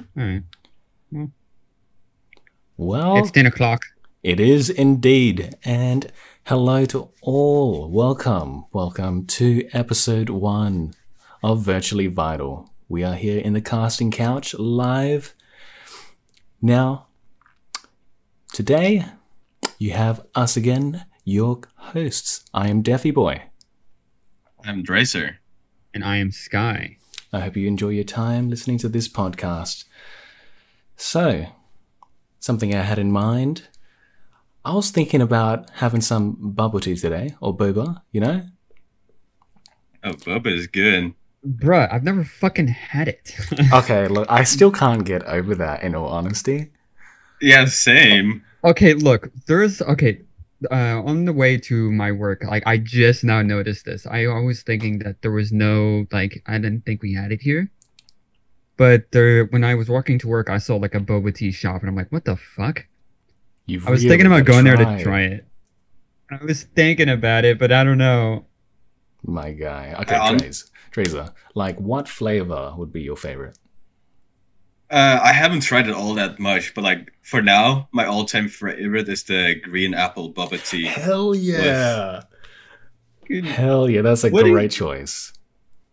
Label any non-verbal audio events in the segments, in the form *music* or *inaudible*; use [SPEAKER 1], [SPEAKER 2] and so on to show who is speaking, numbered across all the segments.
[SPEAKER 1] All right.
[SPEAKER 2] Well,
[SPEAKER 1] Hmm. It's 10 o'clock.
[SPEAKER 2] It is indeed. And hello to all. Welcome. Welcome to episode one of Virtually Vital. We are here in the casting couch live. Now, today, you have us again, your hosts. I am Deffy Boy.
[SPEAKER 3] I'm Dracer.
[SPEAKER 1] And I am Sky.
[SPEAKER 2] I hope you enjoy your time listening to this podcast. So, something I had in mind. I was thinking about having some bubble tea today, or boba, you know?
[SPEAKER 3] Oh, Boba is good.
[SPEAKER 1] Bruh, I've never fucking had *laughs* it.
[SPEAKER 2] Okay, look, I still can't get over that, in all honesty.
[SPEAKER 3] Yeah, same.
[SPEAKER 1] okay, look, there's. Okay. Uh, on the way to my work, like I just now noticed this. I was thinking that there was no like I didn't think we had it here, but there when I was walking to work, I saw like a boba tea shop, and I'm like, what the fuck?
[SPEAKER 2] You've
[SPEAKER 1] I was thinking about going there to try it. I was thinking about it, but I don't know.
[SPEAKER 2] My guy. Okay,
[SPEAKER 3] Um,
[SPEAKER 2] Trace. Tracer, like, what flavor would be your favorite?
[SPEAKER 3] Uh, I haven't tried it all that much, but like for now, my all-time favorite is the green apple boba tea.
[SPEAKER 2] Hell
[SPEAKER 3] yeah.
[SPEAKER 2] Hell yeah, that's a
[SPEAKER 3] What do you-
[SPEAKER 2] great choice.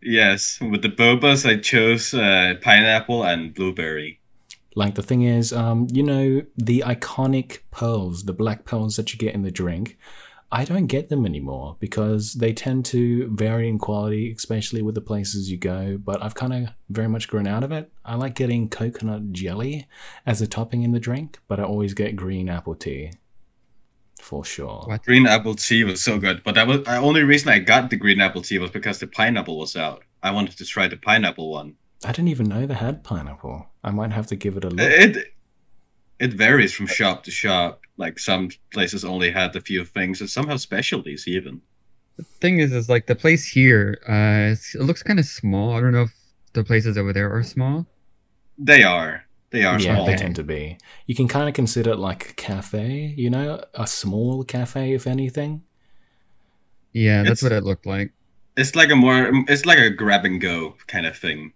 [SPEAKER 3] Yes, with the bobas, I chose uh, pineapple and blueberry.
[SPEAKER 2] Like the thing is, um, you know, the iconic pearls, the black pearls that you get in the drink, I don't get them anymore because they tend to vary in quality, especially with the places you go. But I've kind of very much grown out of it. I like getting coconut jelly as a topping in the drink, but I always get green apple tea for sure.
[SPEAKER 1] What?
[SPEAKER 3] Green apple tea was so good, but that was the only reason I got the green apple tea was because the pineapple was out. I wanted to try the pineapple one.
[SPEAKER 2] I didn't even know they had pineapple. I might have to give it a look.
[SPEAKER 3] It it varies from shop to shop. Like some places only had a few things, and some have specialties even.
[SPEAKER 1] thing is is like the place here uh it's, it looks kind of small i don't know if the places over there are small
[SPEAKER 3] They are. They are
[SPEAKER 2] yeah,
[SPEAKER 3] small.
[SPEAKER 2] they tend to be. You can kind of consider it like a cafe, you know, a small cafe, if anything.
[SPEAKER 1] yeah that's
[SPEAKER 3] It's-
[SPEAKER 1] what it looked like
[SPEAKER 3] It's like a more, it's like a grab and go kind of thing.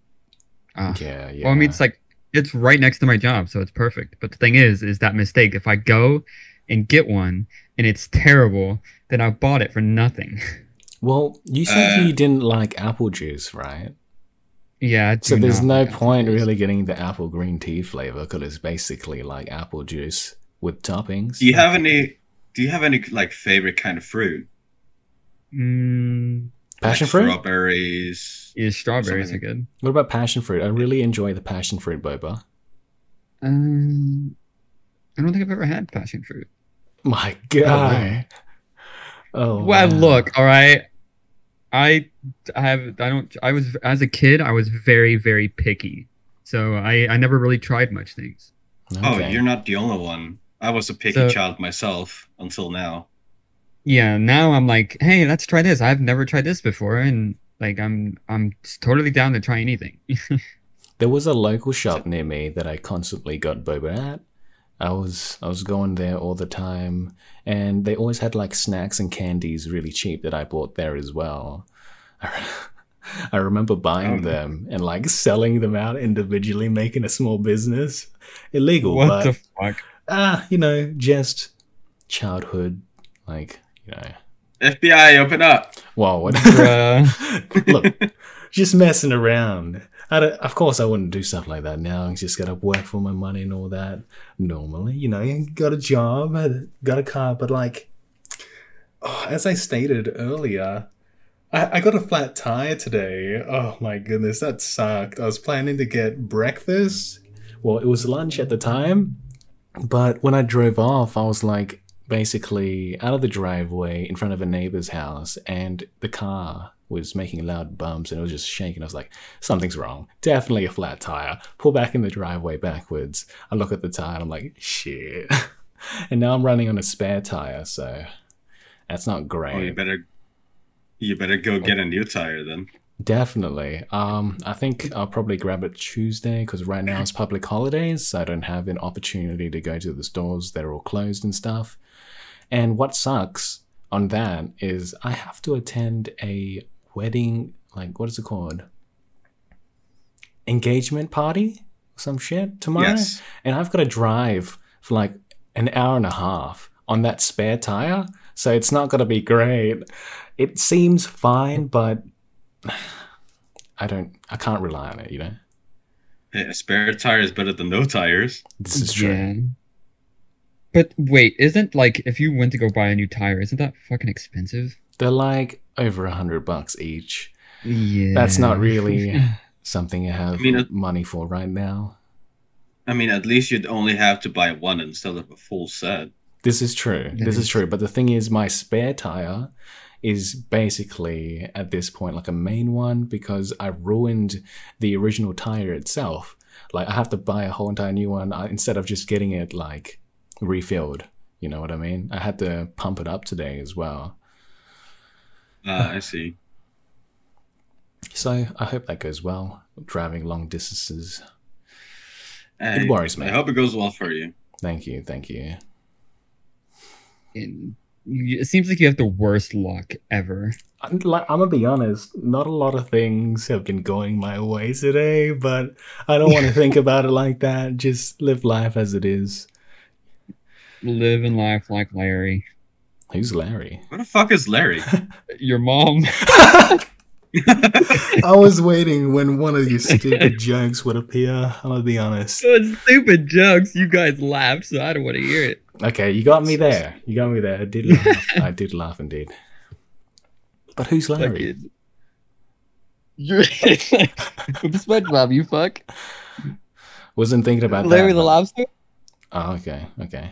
[SPEAKER 1] uh,
[SPEAKER 2] Yeah, yeah.
[SPEAKER 1] well i mean it's like it's right next to my job so it's perfect but the thing is is that mistake if i go and get one and it's terrible then i bought it for nothing *laughs*
[SPEAKER 2] well, you said
[SPEAKER 3] Uh,
[SPEAKER 2] you didn't like apple juice, right?
[SPEAKER 1] yeah I
[SPEAKER 2] So
[SPEAKER 1] do
[SPEAKER 2] there's
[SPEAKER 1] not
[SPEAKER 2] no
[SPEAKER 1] like apple
[SPEAKER 2] point
[SPEAKER 1] juice.
[SPEAKER 2] really getting the apple green tea flavor because it's basically like apple juice with toppings.
[SPEAKER 3] Do you have any? Do you have any like favorite kind of fruit?
[SPEAKER 1] mm,
[SPEAKER 2] passion
[SPEAKER 3] Like
[SPEAKER 2] fruit?
[SPEAKER 3] strawberries.
[SPEAKER 1] yeah strawberries are
[SPEAKER 3] Something
[SPEAKER 1] good
[SPEAKER 2] What about passion fruit? I really enjoy the passion fruit boba.
[SPEAKER 1] um i don't think i've ever had passion fruit
[SPEAKER 2] My God. Oh.
[SPEAKER 1] well
[SPEAKER 2] wow.
[SPEAKER 1] look all right i i have i don't i was as a kid i was very very picky so i i never really tried much things
[SPEAKER 3] Oh,
[SPEAKER 2] Okay.
[SPEAKER 3] you're not the only one. I was a picky
[SPEAKER 1] So-
[SPEAKER 3] child myself until now.
[SPEAKER 1] yeah now i'm like hey let's try this i've never tried this before and like i'm i'm totally down to try
[SPEAKER 2] *laughs*
[SPEAKER 1] anything
[SPEAKER 2] There was a local shop near me that I constantly got boba at. I was I was going there all the time, and they always had like snacks and candies really cheap that I bought there as well. *laughs* I remember buying
[SPEAKER 3] Oh.
[SPEAKER 2] them and like selling them out individually, making a small business illegal. but,
[SPEAKER 1] fuck
[SPEAKER 2] ah, you know, just childhood, like you know,
[SPEAKER 3] FBI, open up!
[SPEAKER 2] well, what?
[SPEAKER 1] *laughs* Bruh.
[SPEAKER 2] look, just messing around. I don't, of course, I wouldn't do stuff like that now. I just gotta work for my money and all that. Normally, you know, you got a job, uh, got a car, but like, oh, as I stated earlier, I, I got a flat tire today. Oh my goodness, that sucked. I was planning to get breakfast. Well, it was lunch at the time, but when I drove off, I was like, basically out of the driveway in front of a neighbor's house and the car was making loud bumps and it was just shaking. I was like, something's wrong. Definitely a flat tire. Pull back in the driveway backwards. I look at the tire and I'm like, shit. *laughs* and now I'm running on a spare tire, so that's not great.
[SPEAKER 3] Oh, you better, you better go get a new tire then.
[SPEAKER 2] Definitely. Um, I think I'll probably grab it Tuesday because right now it's public holidays, so I don't have an opportunity to go to the stores. They're all closed and stuff. And what sucks on that is I have to attend a wedding, like, what is it called? Engagement party? some shit tomorrow,
[SPEAKER 3] Yes.
[SPEAKER 2] and I've got to drive for like an hour and a half on that spare tire, so it's not going to be great. It seems fine, but *sighs* I don't, I can't rely on it. You know,
[SPEAKER 3] A spare tire is better than no tires.
[SPEAKER 2] *laughs* this is true.
[SPEAKER 1] Yeah. But wait, isn't like if you went to go buy a new tire, isn't that fucking expensive?
[SPEAKER 2] They're like over a hundred bucks each.
[SPEAKER 1] Yeah.
[SPEAKER 2] That's not really something you have
[SPEAKER 3] I mean, it-
[SPEAKER 2] money for right now.
[SPEAKER 3] I mean, at least you'd only have to buy one instead of a full set.
[SPEAKER 2] This is true.
[SPEAKER 1] That
[SPEAKER 2] This is
[SPEAKER 1] is-
[SPEAKER 2] true. But the thing is, my spare tire is basically at this point like a main one because I ruined the original tire itself. Like I have to buy a whole entire new one uh, instead of just getting it like refilled. You know what I mean? I had to pump it up today as well.
[SPEAKER 3] Ah,
[SPEAKER 2] *sighs*
[SPEAKER 3] I see.
[SPEAKER 2] So I hope that goes well. Driving long distances.
[SPEAKER 3] Hey,
[SPEAKER 2] It worries
[SPEAKER 3] I
[SPEAKER 2] me.
[SPEAKER 3] hope it goes well for you.
[SPEAKER 2] Thank you. Thank you.
[SPEAKER 1] And you- It seems like you have the worst luck ever.
[SPEAKER 2] I'm, like, I'm gonna be honest. Not a lot of things have been going my way today, but I don't want to *laughs* think about it like that. Just live life as it is.
[SPEAKER 1] Living life like Larry.
[SPEAKER 2] Who's *laughs* Larry?
[SPEAKER 3] Where the fuck
[SPEAKER 2] *laughs*
[SPEAKER 3] is Larry?
[SPEAKER 1] Your *laughs* mom.
[SPEAKER 2] I was waiting when one of your *laughs* stupid jokes would appear. I'm gonna be honest.
[SPEAKER 1] Those stupid jokes. You guys laughed, so I don't want to hear it.
[SPEAKER 2] Okay, you got me there. You got me there. I did laugh. *laughs* I did laugh indeed. But who's
[SPEAKER 1] Fuck
[SPEAKER 2] Larry?
[SPEAKER 1] it. You're *laughs* from SpongeBob, you fuck.
[SPEAKER 2] Wasn't thinking about
[SPEAKER 1] Larry
[SPEAKER 2] that,
[SPEAKER 1] the
[SPEAKER 2] but-
[SPEAKER 1] Lobster?
[SPEAKER 2] Oh, okay, okay.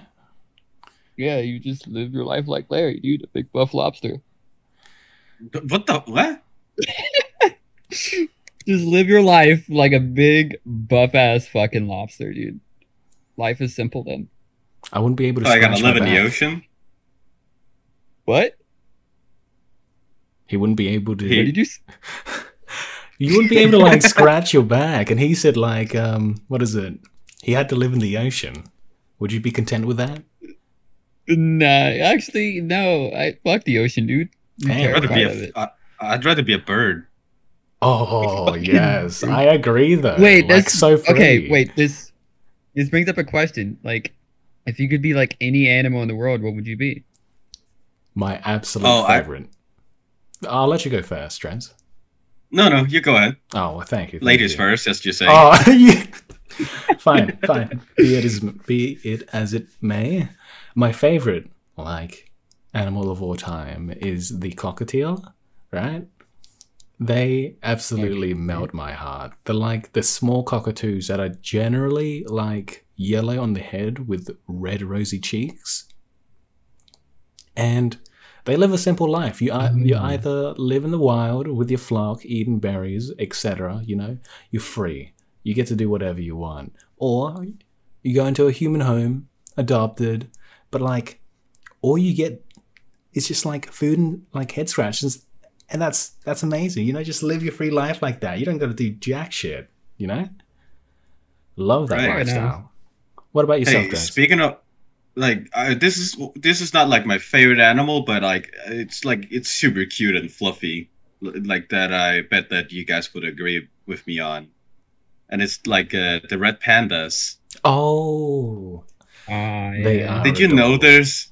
[SPEAKER 1] Yeah, you just live your life like Larry, dude, a big buff lobster.
[SPEAKER 3] what the what?
[SPEAKER 1] *laughs* just live your life like a big buff ass fucking lobster, dude. Life is simple then.
[SPEAKER 2] I wouldn't be able to.
[SPEAKER 3] Oh, I gotta
[SPEAKER 2] scratch my
[SPEAKER 3] live in the
[SPEAKER 2] back.
[SPEAKER 3] ocean.
[SPEAKER 1] What?
[SPEAKER 2] He wouldn't be able to.
[SPEAKER 1] What did you? s-
[SPEAKER 2] You wouldn't be able to like scratch your back. And he said, like, um, what is it? He had to live in the ocean. Would you be content with that?
[SPEAKER 1] Nah, actually, no. I fuck the ocean, dude. I'm
[SPEAKER 2] Damn, I'd
[SPEAKER 3] I'd rather be
[SPEAKER 1] terrified of
[SPEAKER 3] a,
[SPEAKER 1] it.
[SPEAKER 3] I, I'd rather be a bird.
[SPEAKER 2] Oh yes, I agree though.
[SPEAKER 1] Wait,
[SPEAKER 2] like,
[SPEAKER 1] that's-
[SPEAKER 2] so free.
[SPEAKER 1] Okay, wait. This this brings up a question. Like, if you could be like any animal in the world, what would you be?
[SPEAKER 2] My absolute
[SPEAKER 3] Oh, I-
[SPEAKER 2] favorite. I... will let you go first, Trent.
[SPEAKER 3] No, no, you go ahead.
[SPEAKER 2] Oh, well, thank you. thank
[SPEAKER 3] Ladies
[SPEAKER 2] you.
[SPEAKER 3] first, as you say.
[SPEAKER 2] Oh, *laughs* yeah. fine, fine. Be it as be it as it may, my favorite like animal of all time is the cockatiel. Right? They absolutely melt my heart. They're like the small cockatoos that are generally like yellow on the head with red rosy cheeks, and they live a simple life. You, are, you
[SPEAKER 3] Mm-hmm.
[SPEAKER 1] Mm.
[SPEAKER 2] either live in the wild with your flock, eating berries, etc. You know, you're free. You get to do whatever you want. Or you go into a human home, adopted, but like all you get is just like food and like head scratches and that's that's amazing. You know, just live your free life like that. You don't gotta do jack shit, you know? Love that
[SPEAKER 3] Right. Fair
[SPEAKER 2] lifestyle. What about yourself,
[SPEAKER 3] Hey,
[SPEAKER 2] guys?
[SPEAKER 3] speaking of, like, I, this is this is not like my favorite animal, but like, it's like it's super cute and fluffy, L- like that. I bet that you guys would agree with me on. And it's like uh, the red pandas.
[SPEAKER 2] oh
[SPEAKER 1] Ah,
[SPEAKER 2] They
[SPEAKER 1] yeah.
[SPEAKER 2] are-
[SPEAKER 3] Did you know
[SPEAKER 2] adorable.
[SPEAKER 3] there's?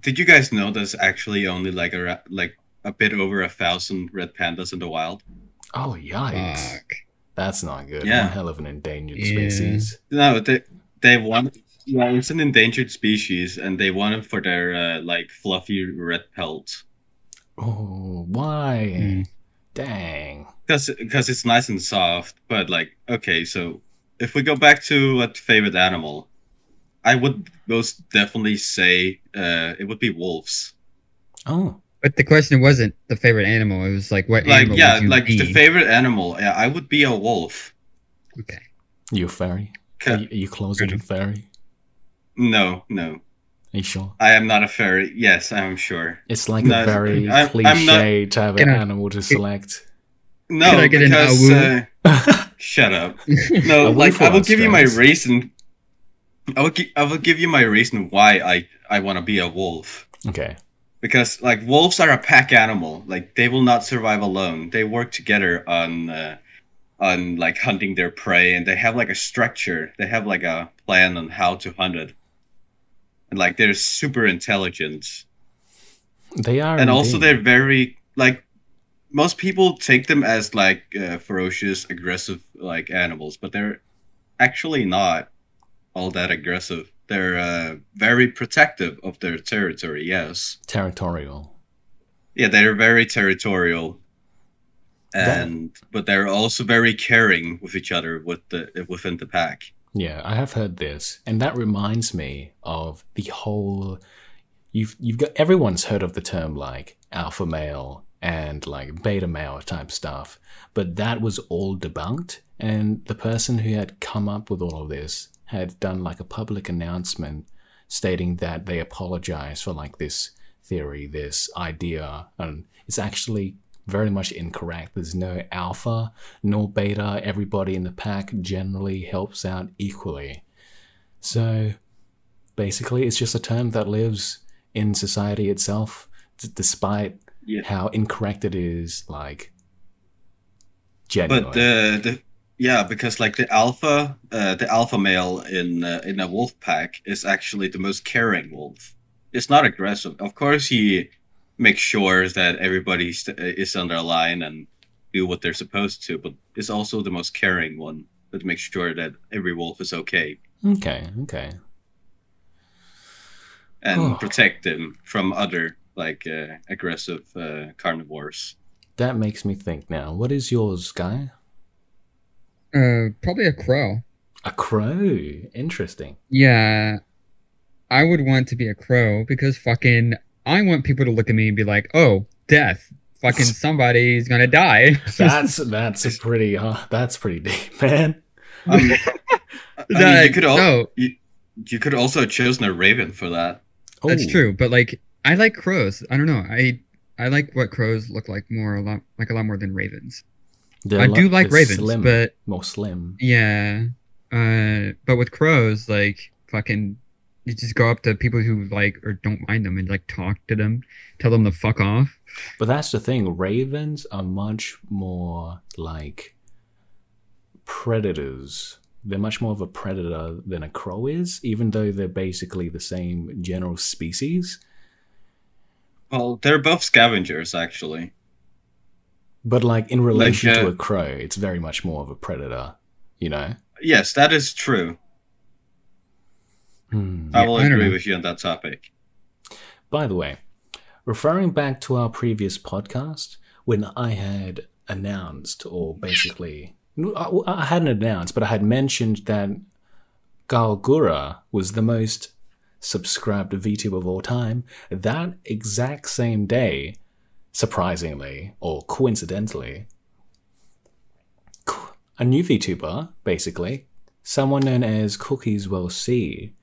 [SPEAKER 3] Did you guys know there's actually only like a ra- like a bit over a thousand red pandas in the wild?
[SPEAKER 2] oh yikes.
[SPEAKER 1] Fuck.
[SPEAKER 2] That's not good.
[SPEAKER 3] Yeah.
[SPEAKER 2] One hell of an endangered
[SPEAKER 1] Yeah.
[SPEAKER 2] species.
[SPEAKER 3] No, they they want. Yeah, it's an endangered species, and they want it for their uh, like fluffy red pelt.
[SPEAKER 2] Oh why?
[SPEAKER 3] Hmm.
[SPEAKER 1] Mm.
[SPEAKER 2] Dang.
[SPEAKER 3] because because it's nice and soft but like okay so if we go back to what favorite animal i would most definitely say uh it would be wolves
[SPEAKER 2] Oh.
[SPEAKER 1] But the question wasn't the favorite animal. It was like what
[SPEAKER 3] like
[SPEAKER 1] animal
[SPEAKER 3] yeah
[SPEAKER 1] would you
[SPEAKER 3] like
[SPEAKER 1] be?
[SPEAKER 3] the favorite animal yeah i would be a wolf
[SPEAKER 1] okay.
[SPEAKER 2] You fairy? Are
[SPEAKER 3] Ca-
[SPEAKER 2] you, are you closeted
[SPEAKER 1] Good.
[SPEAKER 2] fairy?
[SPEAKER 3] no no
[SPEAKER 2] Are you sure?
[SPEAKER 3] i am not a fairy yes i'm sure
[SPEAKER 2] It's like
[SPEAKER 3] No,
[SPEAKER 2] a very
[SPEAKER 3] I- I'm not-
[SPEAKER 2] cliche to have an
[SPEAKER 1] Can I-
[SPEAKER 2] animal to select. *laughs*
[SPEAKER 3] no
[SPEAKER 1] Can I get an
[SPEAKER 3] because
[SPEAKER 1] awu?
[SPEAKER 3] uh, shut up *laughs* no
[SPEAKER 2] A
[SPEAKER 3] like
[SPEAKER 2] wolf
[SPEAKER 3] i will
[SPEAKER 2] wants
[SPEAKER 3] give you my
[SPEAKER 2] friends.
[SPEAKER 3] reason i will, gi- I will give you my reason why i i want to be a wolf
[SPEAKER 2] Okay.
[SPEAKER 3] because like wolves are a pack animal like they will not survive alone they work together on uh, on like hunting their prey and they have like a structure they have like a plan on how to hunt it and like they're super intelligent
[SPEAKER 2] They are.
[SPEAKER 3] and also
[SPEAKER 2] indeed.
[SPEAKER 3] they're very like most people take them as like uh, ferocious aggressive like animals but they're actually not all that aggressive they're uh, very protective of their territory yes
[SPEAKER 2] territorial.
[SPEAKER 3] yeah they're very territorial
[SPEAKER 2] That-
[SPEAKER 3] and but they're also very caring with each other with the within the pack
[SPEAKER 2] Yeah, I have heard this, and that reminds me of the whole. You've you've got everyone's heard of the term like alpha male and like beta male type stuff, but that was all debunked. And the person who had come up with all of this had done like a public announcement stating that they apologize for like this theory, this idea, and it's actually very much incorrect. There's no alpha nor beta. Everybody in the pack generally helps out equally. So basically, it's just a term that lives in society itself, d- despite
[SPEAKER 3] Yeah.
[SPEAKER 2] how incorrect it is. Like, genuinely.
[SPEAKER 3] but the, the yeah because like the alpha uh, the alpha male in uh, in a wolf pack is actually the most caring wolf it's not aggressive of course he makes sure that everybody st- uh, is on their line and do what they're supposed to but it's also the most caring one that makes sure that every wolf is okay
[SPEAKER 2] okay, okay.
[SPEAKER 3] and
[SPEAKER 2] Oh.
[SPEAKER 3] protect them from other like uh, aggressive uh,
[SPEAKER 1] *laughs*
[SPEAKER 3] carnivores
[SPEAKER 2] That makes me think now. What is yours, guy?
[SPEAKER 1] Uh, probably a crow.
[SPEAKER 2] A crow. Interesting.
[SPEAKER 1] Yeah, I would want to be a crow because fucking I want people to look at me and be like, "Oh, death!
[SPEAKER 3] *laughs*
[SPEAKER 1] Fucking somebody's gonna die." *laughs*
[SPEAKER 2] That's that's a pretty uh, that's pretty deep, *laughs* man.
[SPEAKER 3] I mean, I mean, you
[SPEAKER 1] Like,
[SPEAKER 3] could al-
[SPEAKER 1] no,
[SPEAKER 3] you could also have chosen a raven for that
[SPEAKER 1] that's
[SPEAKER 2] Ooh.
[SPEAKER 1] true. But like, I like crows. I don't know. I I like what crows look like more a lot like a lot more than ravens.
[SPEAKER 2] They're
[SPEAKER 1] I
[SPEAKER 2] lo-
[SPEAKER 1] do like
[SPEAKER 2] they're
[SPEAKER 1] ravens,
[SPEAKER 2] slim,
[SPEAKER 1] but
[SPEAKER 2] more slim.
[SPEAKER 1] Yeah. Uh, but with crows, like fucking, you just go up to people who like or don't mind them and like talk to them, tell them to fuck off.
[SPEAKER 2] But that's the thing. Ravens are much more like predators. They're much more of a predator than a crow is, even though they're basically the same general species.
[SPEAKER 3] well they're both scavengers actually
[SPEAKER 2] But like in relation
[SPEAKER 3] Like, uh,
[SPEAKER 2] to a crow, it's very much more of a predator. You know.
[SPEAKER 3] Yes, that is true.
[SPEAKER 2] Hmm.
[SPEAKER 1] Yeah,
[SPEAKER 3] I will
[SPEAKER 1] I don't
[SPEAKER 3] agree
[SPEAKER 1] know.
[SPEAKER 3] with you on that topic.
[SPEAKER 2] By the way, referring back to our previous podcast, when I had announced, or basically, I, I hadn't announced, but I had mentioned that Galgura was the most subscribed VTuber of all time, that exact same day, surprisingly or coincidentally, co- a new VTuber, basically, someone known as Cookies Will See,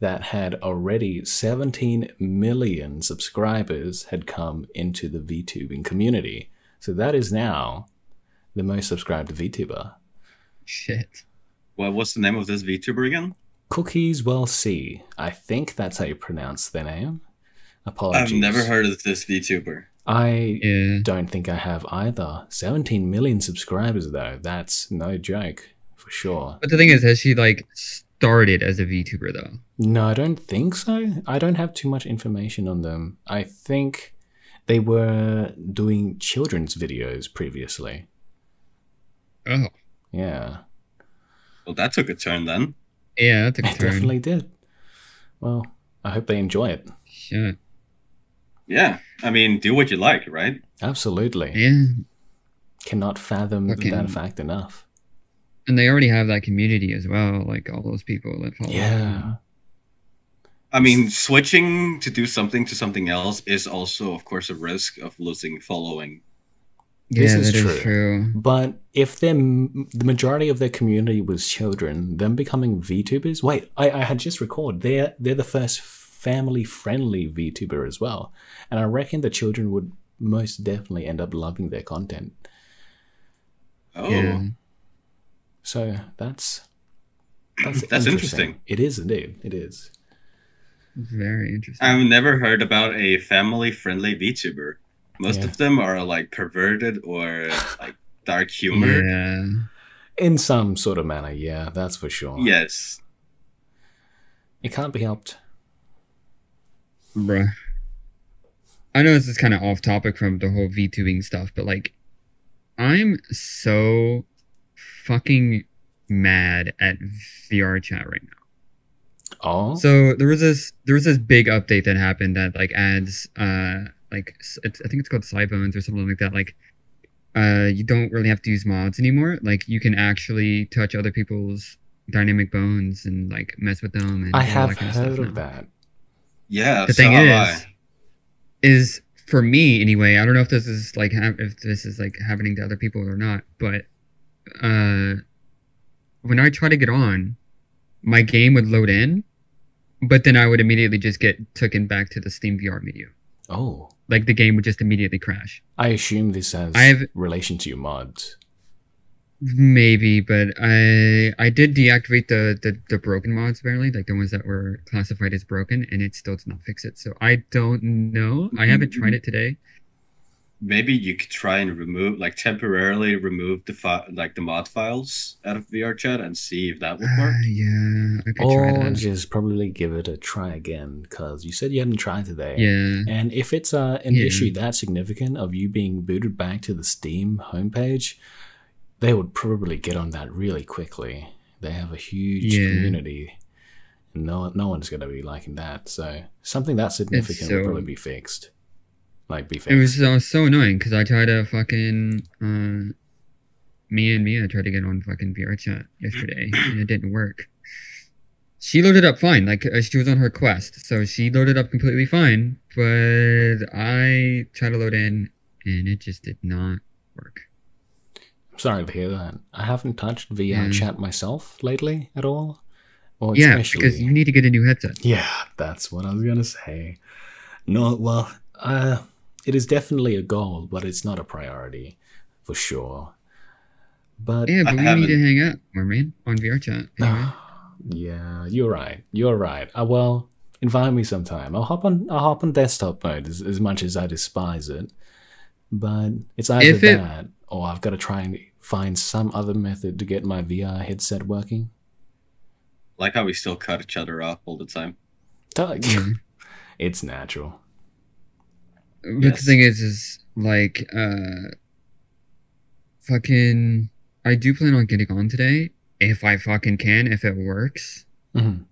[SPEAKER 2] that had already 17 million subscribers had come into the VTubing community. So that is now the most subscribed VTuber.
[SPEAKER 1] Shit.
[SPEAKER 3] What what's the name of this VTuber again?
[SPEAKER 2] Cookies Well See. I think that's how you pronounce their name. Apologies.
[SPEAKER 3] I've never heard of this VTuber.
[SPEAKER 2] I
[SPEAKER 1] Yeah.
[SPEAKER 2] don't think I have either. 17 million subscribers, though. That's no joke, for sure.
[SPEAKER 1] But the thing is, has she like started as a VTuber though?
[SPEAKER 2] No, I don't think so. I don't have too much information on them. I think they were doing children's videos previously.
[SPEAKER 1] Oh,
[SPEAKER 2] Yeah,
[SPEAKER 3] Well, that took a turn then.
[SPEAKER 1] yeah, that took a
[SPEAKER 2] it
[SPEAKER 1] turn.
[SPEAKER 2] definitely did. Well, I hope they enjoy it.
[SPEAKER 1] Shit.
[SPEAKER 3] Yeah, I mean, do what you like, right?
[SPEAKER 2] Absolutely.
[SPEAKER 1] Yeah.
[SPEAKER 2] Cannot fathom
[SPEAKER 1] Okay.
[SPEAKER 2] that fact enough.
[SPEAKER 1] And they already have that community as well, like all those people that follow. them.
[SPEAKER 2] Yeah.
[SPEAKER 3] I mean, switching to do something to something else is also, of course, a risk of losing following.
[SPEAKER 1] Yeah,
[SPEAKER 2] This
[SPEAKER 1] that
[SPEAKER 2] is
[SPEAKER 1] is
[SPEAKER 2] true.
[SPEAKER 1] true.
[SPEAKER 2] But if their m- the majority of their community was children, them becoming VTubers. Wait, I, I had just recalled they're they're the first family friendly VTuber as well, and I reckon the children would most definitely end up loving their content.
[SPEAKER 3] Oh,
[SPEAKER 1] Yeah.
[SPEAKER 2] So that's
[SPEAKER 3] *clears throat* That's interesting.
[SPEAKER 2] It is indeed. It is.
[SPEAKER 1] Very interesting.
[SPEAKER 3] I've never heard about a family-friendly VTuber. Most
[SPEAKER 2] Yeah.
[SPEAKER 3] of them are like perverted or like dark humor.
[SPEAKER 1] yeah.
[SPEAKER 2] in some sort of manner. Yeah, that's for sure.
[SPEAKER 3] Yes.
[SPEAKER 2] it can't be helped.
[SPEAKER 1] Bruh. I know this is kind of off topic from the whole VTubing stuff, but like, I'm so fucking mad at VR chat right now.
[SPEAKER 2] Oh,
[SPEAKER 1] So there was this there was this big update that happened that like adds uh like s- it's, I think it's called Cybones or something like that. Like, uh, you don't really have to use mods anymore. Like you can actually touch other people's dynamic bones and like mess with them. And
[SPEAKER 2] I
[SPEAKER 1] all
[SPEAKER 2] have
[SPEAKER 1] that kind of
[SPEAKER 2] heard
[SPEAKER 1] stuff now
[SPEAKER 2] of that.
[SPEAKER 3] Yeah.
[SPEAKER 1] the
[SPEAKER 3] so
[SPEAKER 1] thing
[SPEAKER 3] have
[SPEAKER 1] is, is for me anyway. I don't know if this is like hap- if this is like happening to other people or not, but uh, when I try to get on, my game would load in, but then I would immediately just get taken back to the Steam VR menu.
[SPEAKER 2] Oh,
[SPEAKER 1] Like the game would just immediately crash.
[SPEAKER 2] I assume this has
[SPEAKER 1] I have-
[SPEAKER 2] relation to your mods.
[SPEAKER 1] Maybe, but I I did deactivate the, the the broken mods apparently, like the ones that were classified as broken, and it still did not fix it. So I don't know. I haven't tried it today.
[SPEAKER 3] maybe you could try and remove, like, temporarily remove the fi- like the mod files out of VR chat and see if that would
[SPEAKER 1] *sighs*
[SPEAKER 3] work.
[SPEAKER 1] Uh, yeah, I could try
[SPEAKER 2] Or
[SPEAKER 1] that.
[SPEAKER 2] just probably give it a try again because you said you hadn't tried today.
[SPEAKER 1] yeah,
[SPEAKER 2] And if it's uh, an
[SPEAKER 1] Yeah.
[SPEAKER 2] issue that significant of you being booted back to the Steam homepage, they would probably get on that really quickly. They have a huge
[SPEAKER 1] Yeah.
[SPEAKER 2] community. and No, no one's going to be liking that. So something that significant
[SPEAKER 1] so-
[SPEAKER 2] would probably be fixed. Like be fixed.
[SPEAKER 1] it was uh, so annoying because I tried to fucking uh, me and Mia tried to get on fucking VR chat yesterday and it didn't work. She loaded up fine, like uh, she was on her quest, so she loaded up completely fine. But I tried to load in and it just did not work.
[SPEAKER 2] Sorry to hear that. I haven't touched VR
[SPEAKER 1] Yeah.
[SPEAKER 2] chat myself lately at all. Or
[SPEAKER 1] yeah,
[SPEAKER 2] especially.
[SPEAKER 1] because you need to get a new headset.
[SPEAKER 2] Yeah, that's what I was gonna say. No, well, uh, it is definitely a goal, but it's not a priority for sure. But *sighs*
[SPEAKER 1] Yeah, but we need to
[SPEAKER 3] haven't-
[SPEAKER 1] hang out, my man, on VR chat. Anyway.
[SPEAKER 2] yeah, you're right. You're right. Uh, well, invite me sometime. I'll hop on. I'll hop on desktop mode as, as much as I despise it. But it's either
[SPEAKER 1] If it-
[SPEAKER 2] that, or I've got to try and find some other method to get my VR headset working.
[SPEAKER 3] Like how we still cut each other off all the time.
[SPEAKER 2] Tug.
[SPEAKER 1] Yeah.
[SPEAKER 2] it's natural.
[SPEAKER 1] But
[SPEAKER 3] Yes.
[SPEAKER 1] the thing is, is like, uh, fucking, I do plan on getting on today if I fucking can, if it works.
[SPEAKER 2] Mhm.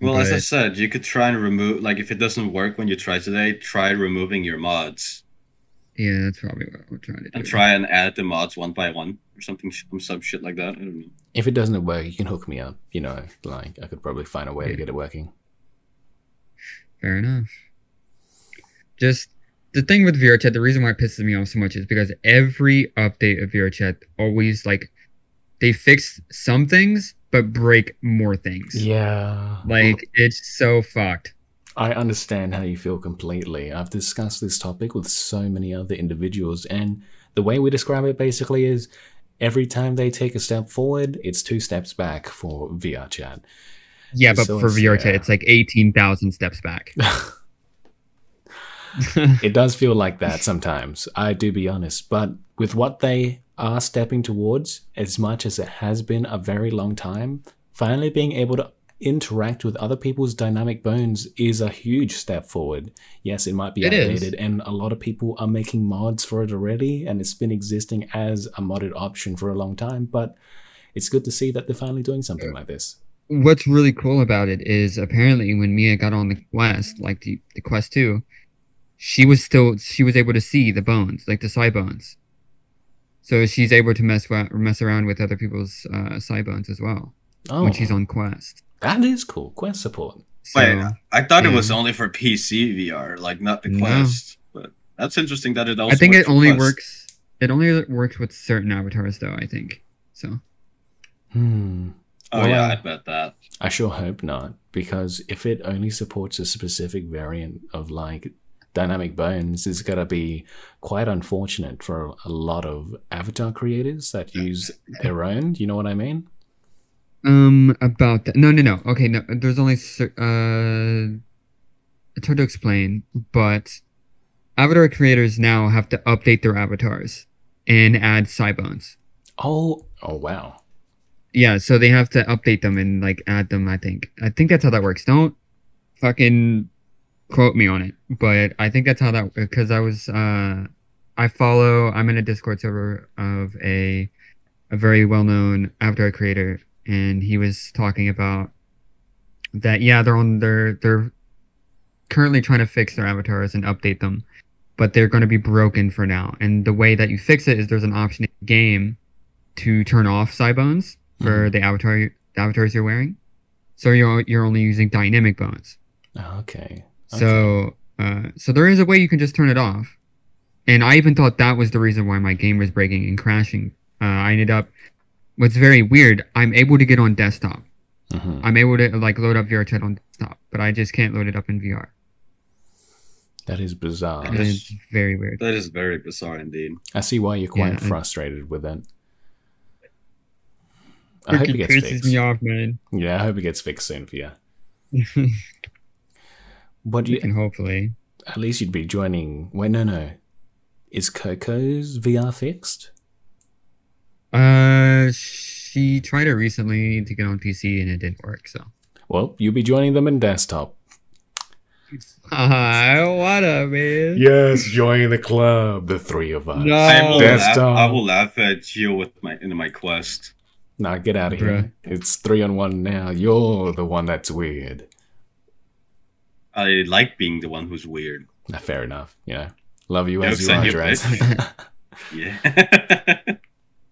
[SPEAKER 3] Well, as I
[SPEAKER 1] But-
[SPEAKER 3] said, you could try and remove, like, if it doesn't work when you try today, try removing your mods
[SPEAKER 1] Yeah, that's probably what we're trying to do.
[SPEAKER 3] and try and add the mods one by one or something, some, some shit like that. I don't know.
[SPEAKER 2] If it doesn't work, you can hook me up. You know, like I could probably find a way to
[SPEAKER 1] Yeah.
[SPEAKER 2] get it working.
[SPEAKER 1] Fair enough. Just the thing with VRChat, the reason why it pisses me off so much is because every update of VRChat always like they fix some things but break more things.
[SPEAKER 2] Yeah.
[SPEAKER 1] Like it's so fucked.
[SPEAKER 2] I understand how you feel completely. I've discussed this topic with so many other individuals, and the way we describe it basically is every time they take a step forward, it's two steps back for VR chat.
[SPEAKER 1] Yeah, but
[SPEAKER 2] So
[SPEAKER 1] for
[SPEAKER 2] it's-
[SPEAKER 1] VRChat,
[SPEAKER 2] yeah.
[SPEAKER 1] it's like eighteen thousand steps back.
[SPEAKER 2] it does feel like that sometimes. I do be honest, but with what they are stepping towards, as much as it has been a very long time, finally being able to interact with other people's dynamic bones is a huge step forward. Yes, it might be
[SPEAKER 1] It is.
[SPEAKER 2] outdated, and a lot of people are making mods for it already, and it's been existing as a modded option for a long time. But it's good to see that they're finally doing something like this.
[SPEAKER 1] what's really cool about it is apparently when Mia got on the quest, like the, the quest two, she was still she was able to see the bones, like the side bones. So she's able to mess wa- mess around with other people's uh, side bones as well
[SPEAKER 2] Oh,
[SPEAKER 1] when she's on quest.
[SPEAKER 2] that is cool. Quest support.
[SPEAKER 1] So,
[SPEAKER 3] Wait, I thought it was
[SPEAKER 1] yeah.
[SPEAKER 3] only for PC VR, like not the
[SPEAKER 1] Mm. No.
[SPEAKER 3] Quest. But that's interesting that it also.
[SPEAKER 1] I think
[SPEAKER 3] works
[SPEAKER 1] it
[SPEAKER 3] for
[SPEAKER 1] only
[SPEAKER 3] Quest.
[SPEAKER 1] works. It only works with certain avatars, though. I think so.
[SPEAKER 2] Hmm.
[SPEAKER 3] Oh
[SPEAKER 2] Well,
[SPEAKER 3] yeah,
[SPEAKER 2] uh,
[SPEAKER 3] I bet that.
[SPEAKER 2] I sure hope not, because if it only supports a specific variant of like dynamic bones, it's gonna be quite unfortunate for a lot of avatar creators that use their own. You know what I mean?
[SPEAKER 1] Um, about that. No, no, no. Okay, no. There's only cer- uh, it's hard to explain, but avatar creators now have to update their avatars and add side bones.
[SPEAKER 2] Oh, oh wow.
[SPEAKER 1] Yeah, so they have to update them and like add them. I think. I think that's how that works. Don't fucking quote me on it, but I think that's how that because I was uh, I follow. I'm in a Discord server of a a very well known avatar creator, and he was talking about that. Yeah, they're on their they're currently trying to fix their avatars and update them, but they're going to be broken for now. And the way that you fix it is there's an option in the game to turn off Psybones
[SPEAKER 2] Mm-hmm.
[SPEAKER 1] for the avatar the avatars you're wearing. So you're you're only using dynamic bones.
[SPEAKER 2] Oh, Okay.
[SPEAKER 1] So uh, so there is a way you can just turn it off. And I even thought that was the reason why my game was breaking and crashing. Uh, I ended up what's very weird, I'm able to get on desktop.
[SPEAKER 2] hmm
[SPEAKER 1] I'm able to like load up VRChat on desktop, but I just can't load it up in VR.
[SPEAKER 2] That is bizarre.
[SPEAKER 1] And it's very weird.
[SPEAKER 3] That is very bizarre indeed.
[SPEAKER 2] I see why you're quite
[SPEAKER 1] Yeah, I-
[SPEAKER 2] frustrated with that. I hope it gets fixed.
[SPEAKER 1] off, man. *laughs*
[SPEAKER 2] Yeah, I hope it gets fixed soon for you. But you,
[SPEAKER 1] and hopefully.
[SPEAKER 2] at least you'd be joining. Wait, no, no. Is Coco's VR fixed?
[SPEAKER 1] Uh she tried it recently to get on PC and it didn't work, so
[SPEAKER 2] Well, you'll be joining them in desktop.
[SPEAKER 1] Uh-huh, I wanna man.
[SPEAKER 2] Yes, join the club, the three of us.
[SPEAKER 1] No.
[SPEAKER 3] I will
[SPEAKER 2] That's
[SPEAKER 3] laugh, I
[SPEAKER 2] dumb.
[SPEAKER 3] will laugh at you with my in my quest.
[SPEAKER 2] Nah, get out of here. It's three on one now. You're the one that's weird.
[SPEAKER 3] I like being the one who's weird.
[SPEAKER 2] Nah, fair enough. You know, love you
[SPEAKER 3] Yeah,
[SPEAKER 2] as you
[SPEAKER 3] send
[SPEAKER 2] are,
[SPEAKER 3] your
[SPEAKER 2] Dres.
[SPEAKER 3] Yeah.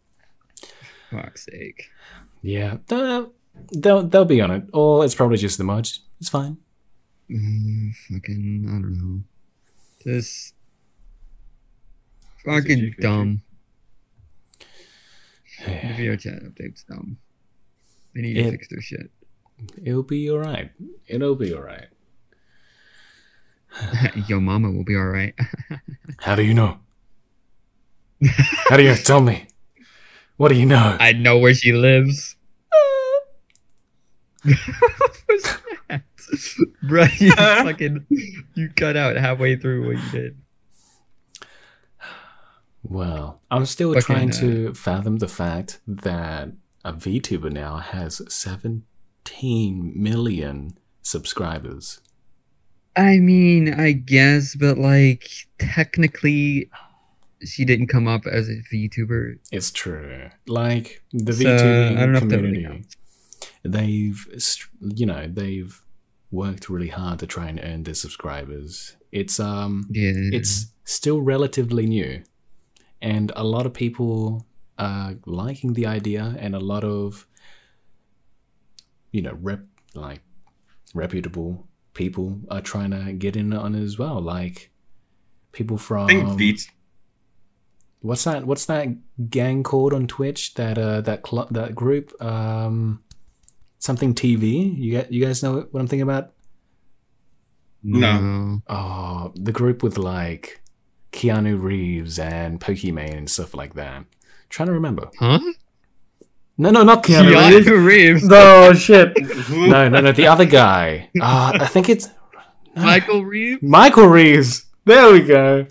[SPEAKER 3] *laughs*
[SPEAKER 1] fuck's sake.
[SPEAKER 2] *laughs* yeah, they'll, they'll they'll be on it. Or it's probably just the mod. It's fine.
[SPEAKER 1] Mm, fucking, I don't know. Just
[SPEAKER 3] Is it
[SPEAKER 1] fucking
[SPEAKER 3] GQG?
[SPEAKER 1] dumb. The
[SPEAKER 2] Yeah.
[SPEAKER 1] video chat update's dumb. They need
[SPEAKER 2] It-
[SPEAKER 1] to fix their shit. *laughs*
[SPEAKER 2] It'll be all right. It'll be all right.
[SPEAKER 1] Yo, mama will be alright. *laughs*
[SPEAKER 2] How do you know? How do you tell me? What do you know?
[SPEAKER 1] I know where she lives. *laughs* Bro, you fucking you cut out halfway through what you did.
[SPEAKER 2] Well, I'm still
[SPEAKER 1] Fucking,
[SPEAKER 2] trying
[SPEAKER 1] uh,
[SPEAKER 2] to fathom the fact that a VTuber now has 17 million subscribers.
[SPEAKER 1] I mean, I guess, but like technically, she didn't come up as a VTuber.
[SPEAKER 2] It's true. Like the
[SPEAKER 1] So,
[SPEAKER 2] VTuber
[SPEAKER 1] I don't know if that really
[SPEAKER 2] community, they've str- you know they've worked really hard to try and earn their subscribers. It's um,
[SPEAKER 1] Yeah,
[SPEAKER 2] it's
[SPEAKER 3] Mm-hmm.
[SPEAKER 2] still relatively new and a lot of people are liking the idea and a lot of you know rep like reputable people are trying to get in on it as well like people from
[SPEAKER 3] I think Beats
[SPEAKER 2] what's that what's that gang called on twitch that uh that cl- that group um something tv you get you guys know what i'm thinking about
[SPEAKER 3] No.
[SPEAKER 2] Oh, the group with like Keanu Reeves and Pokimane and stuff like that. Trying to remember.
[SPEAKER 1] Huh?
[SPEAKER 2] No, no, not Keanu, Reeves.
[SPEAKER 1] Keanu
[SPEAKER 2] *laughs*
[SPEAKER 1] Reeves.
[SPEAKER 2] No shit.
[SPEAKER 3] who
[SPEAKER 2] No, no, no. The other guy. Uh, I think it's no,
[SPEAKER 1] Michael Reeves.
[SPEAKER 2] Michael Reeves. There we go.